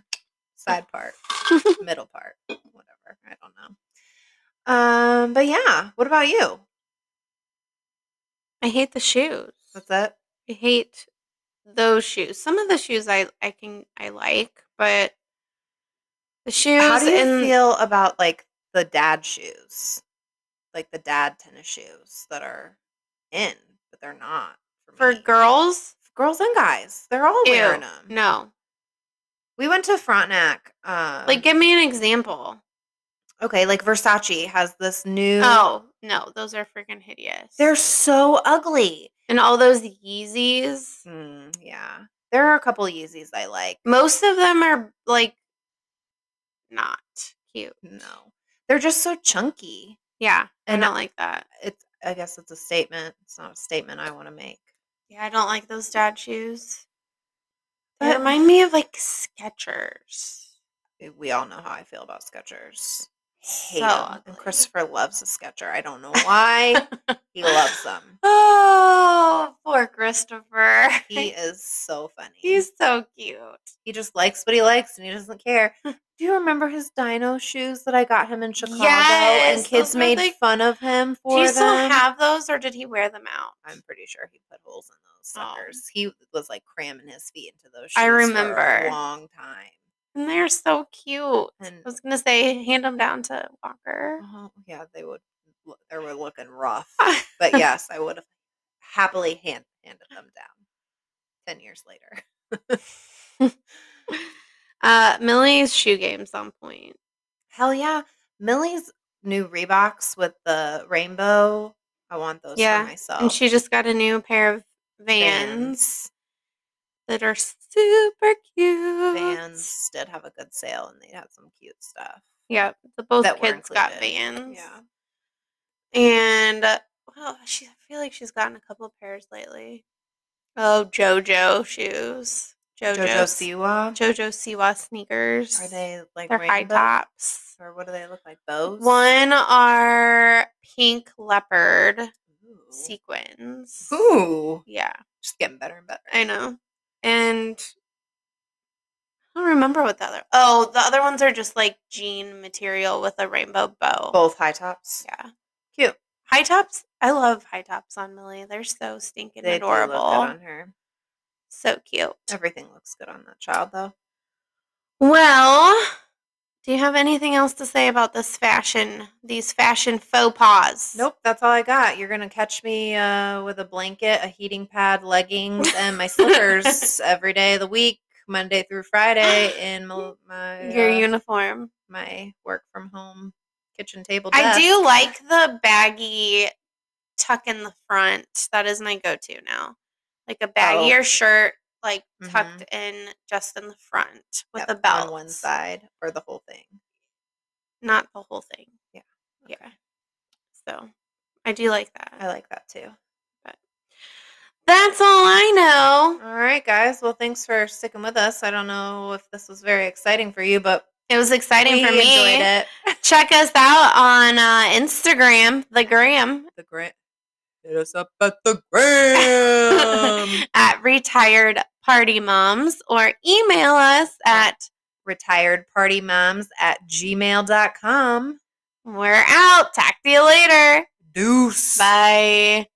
S2: side part, middle part, whatever. I don't know. Um, but yeah, what about you?
S3: I hate the shoes.
S2: That's it.
S3: I hate those shoes. Some of the shoes I I can I like, but the shoes
S2: How do you
S3: and
S2: feel about like the dad shoes, like the dad tennis shoes that are in, but they're not
S3: for
S2: me.
S3: girls,
S2: girls and guys? They're all
S3: ew,
S2: wearing them.
S3: no.
S2: We went to Frontenac. Um,
S3: Like, give me an example.
S2: okay, like Versace has this new.
S3: Oh no, those are freaking hideous.
S2: they're so ugly.
S3: and all those Yeezys.
S2: Mm, yeah, There are a couple Yeezys I like.
S3: Most of them are like not cute.
S2: No, they're just so chunky.
S3: Yeah,
S2: And
S3: I don't like that.
S2: It's I guess it's a statement. It's not a statement I want to make.
S3: Yeah, I don't like those dad shoes. They
S2: But-
S3: remind me of like Skechers.
S2: We all know how I feel about Skechers. Hate
S3: So
S2: 'em.
S3: ugly.
S2: And Christopher loves a Skecher. I don't know why he loves them.
S3: Oh, poor Christopher.
S2: He is so funny.
S3: He's so cute.
S2: he just likes what he likes and he doesn't care. Do you remember his dino shoes that I got him in Chicago
S3: Yes,
S2: and kids
S3: those were
S2: made
S3: like-
S2: fun of him for
S3: Do you
S2: them?
S3: still have those or did he wear them out?
S2: I'm pretty sure he put holes in those
S3: Oh.
S2: suckers. He was like cramming his feet into those shoes
S3: I
S2: for
S3: remember.
S2: a long time.
S3: And they're so cute.
S2: And
S3: I was gonna say hand them down to Walker.
S2: oh, yeah, they would look- they were looking rough. But yes, I would have happily hand, handed them down 10 years later.
S3: Uh, Millie's shoe game's on point.
S2: Hell yeah. Millie's new Reeboks with the rainbow. I want those
S3: Yeah,
S2: for
S3: and
S2: myself.
S3: And she just got a new pair of vans
S2: Oh. Vans.
S3: that are super cute.
S2: Vans did have a good sale and they had some cute stuff.
S3: Yep. The both
S2: that were
S3: kids got
S2: included.
S3: vans. And uh, well, she I feel like she's gotten a couple pairs lately. Oh, JoJo shoes.
S2: JoJo
S3: JoJo
S2: Siwa.
S3: JoJo Siwa sneakers.
S2: Are they like
S3: They're high
S2: rainbow?
S3: tops.
S2: Or what do they look like? Bows?
S3: One are pink leopard
S2: Ooh.
S3: sequins.
S2: Ooh.
S3: Yeah,
S2: Just getting better and better.
S3: I know. And I don't remember what the other. Oh, the other ones are just like jean material with a rainbow bow.
S2: Both high tops.
S3: Yeah.
S2: Cute.
S3: High tops. I love high tops on Millie. They're so stinking
S2: They do look good
S3: adorable.
S2: on her.
S3: So cute.
S2: Everything looks good on that child though.
S3: Well, do you have anything else to say about this fashion? These fashion faux pas?
S2: Nope, that's all I got. You're gonna catch me uh, with a blanket, a heating pad, leggings, and my slippers every day of the week, Monday through Friday, in my my,
S3: Your
S2: uh,
S3: uniform.
S2: my work from home kitchen table.
S3: I do
S2: desk.
S3: like the baggy tuck in the front. That is my go to now. Like
S2: Oh.
S3: a baggier shirt, like tucked in just in the front with
S2: Mm-hmm. Yep,
S3: a belt.
S2: on one side or the whole thing.
S3: Not the whole thing.
S2: Yeah,
S3: Yeah. So I do like
S2: I
S3: that.
S2: like that too.
S3: That's all I know.
S2: All right, guys. Well, thanks for sticking with us. I don't know if this was very exciting for you, but
S3: It was exciting
S2: we
S3: for me.
S2: enjoyed it.
S3: Check us out on uh, Instagram, the gram,
S2: The grant. Hit us up at the gram.
S3: at retired party moms, or email us at
S2: Retired party moms at gmail.com.
S3: We're out. Talk to you later.
S2: Deuce.
S3: Bye.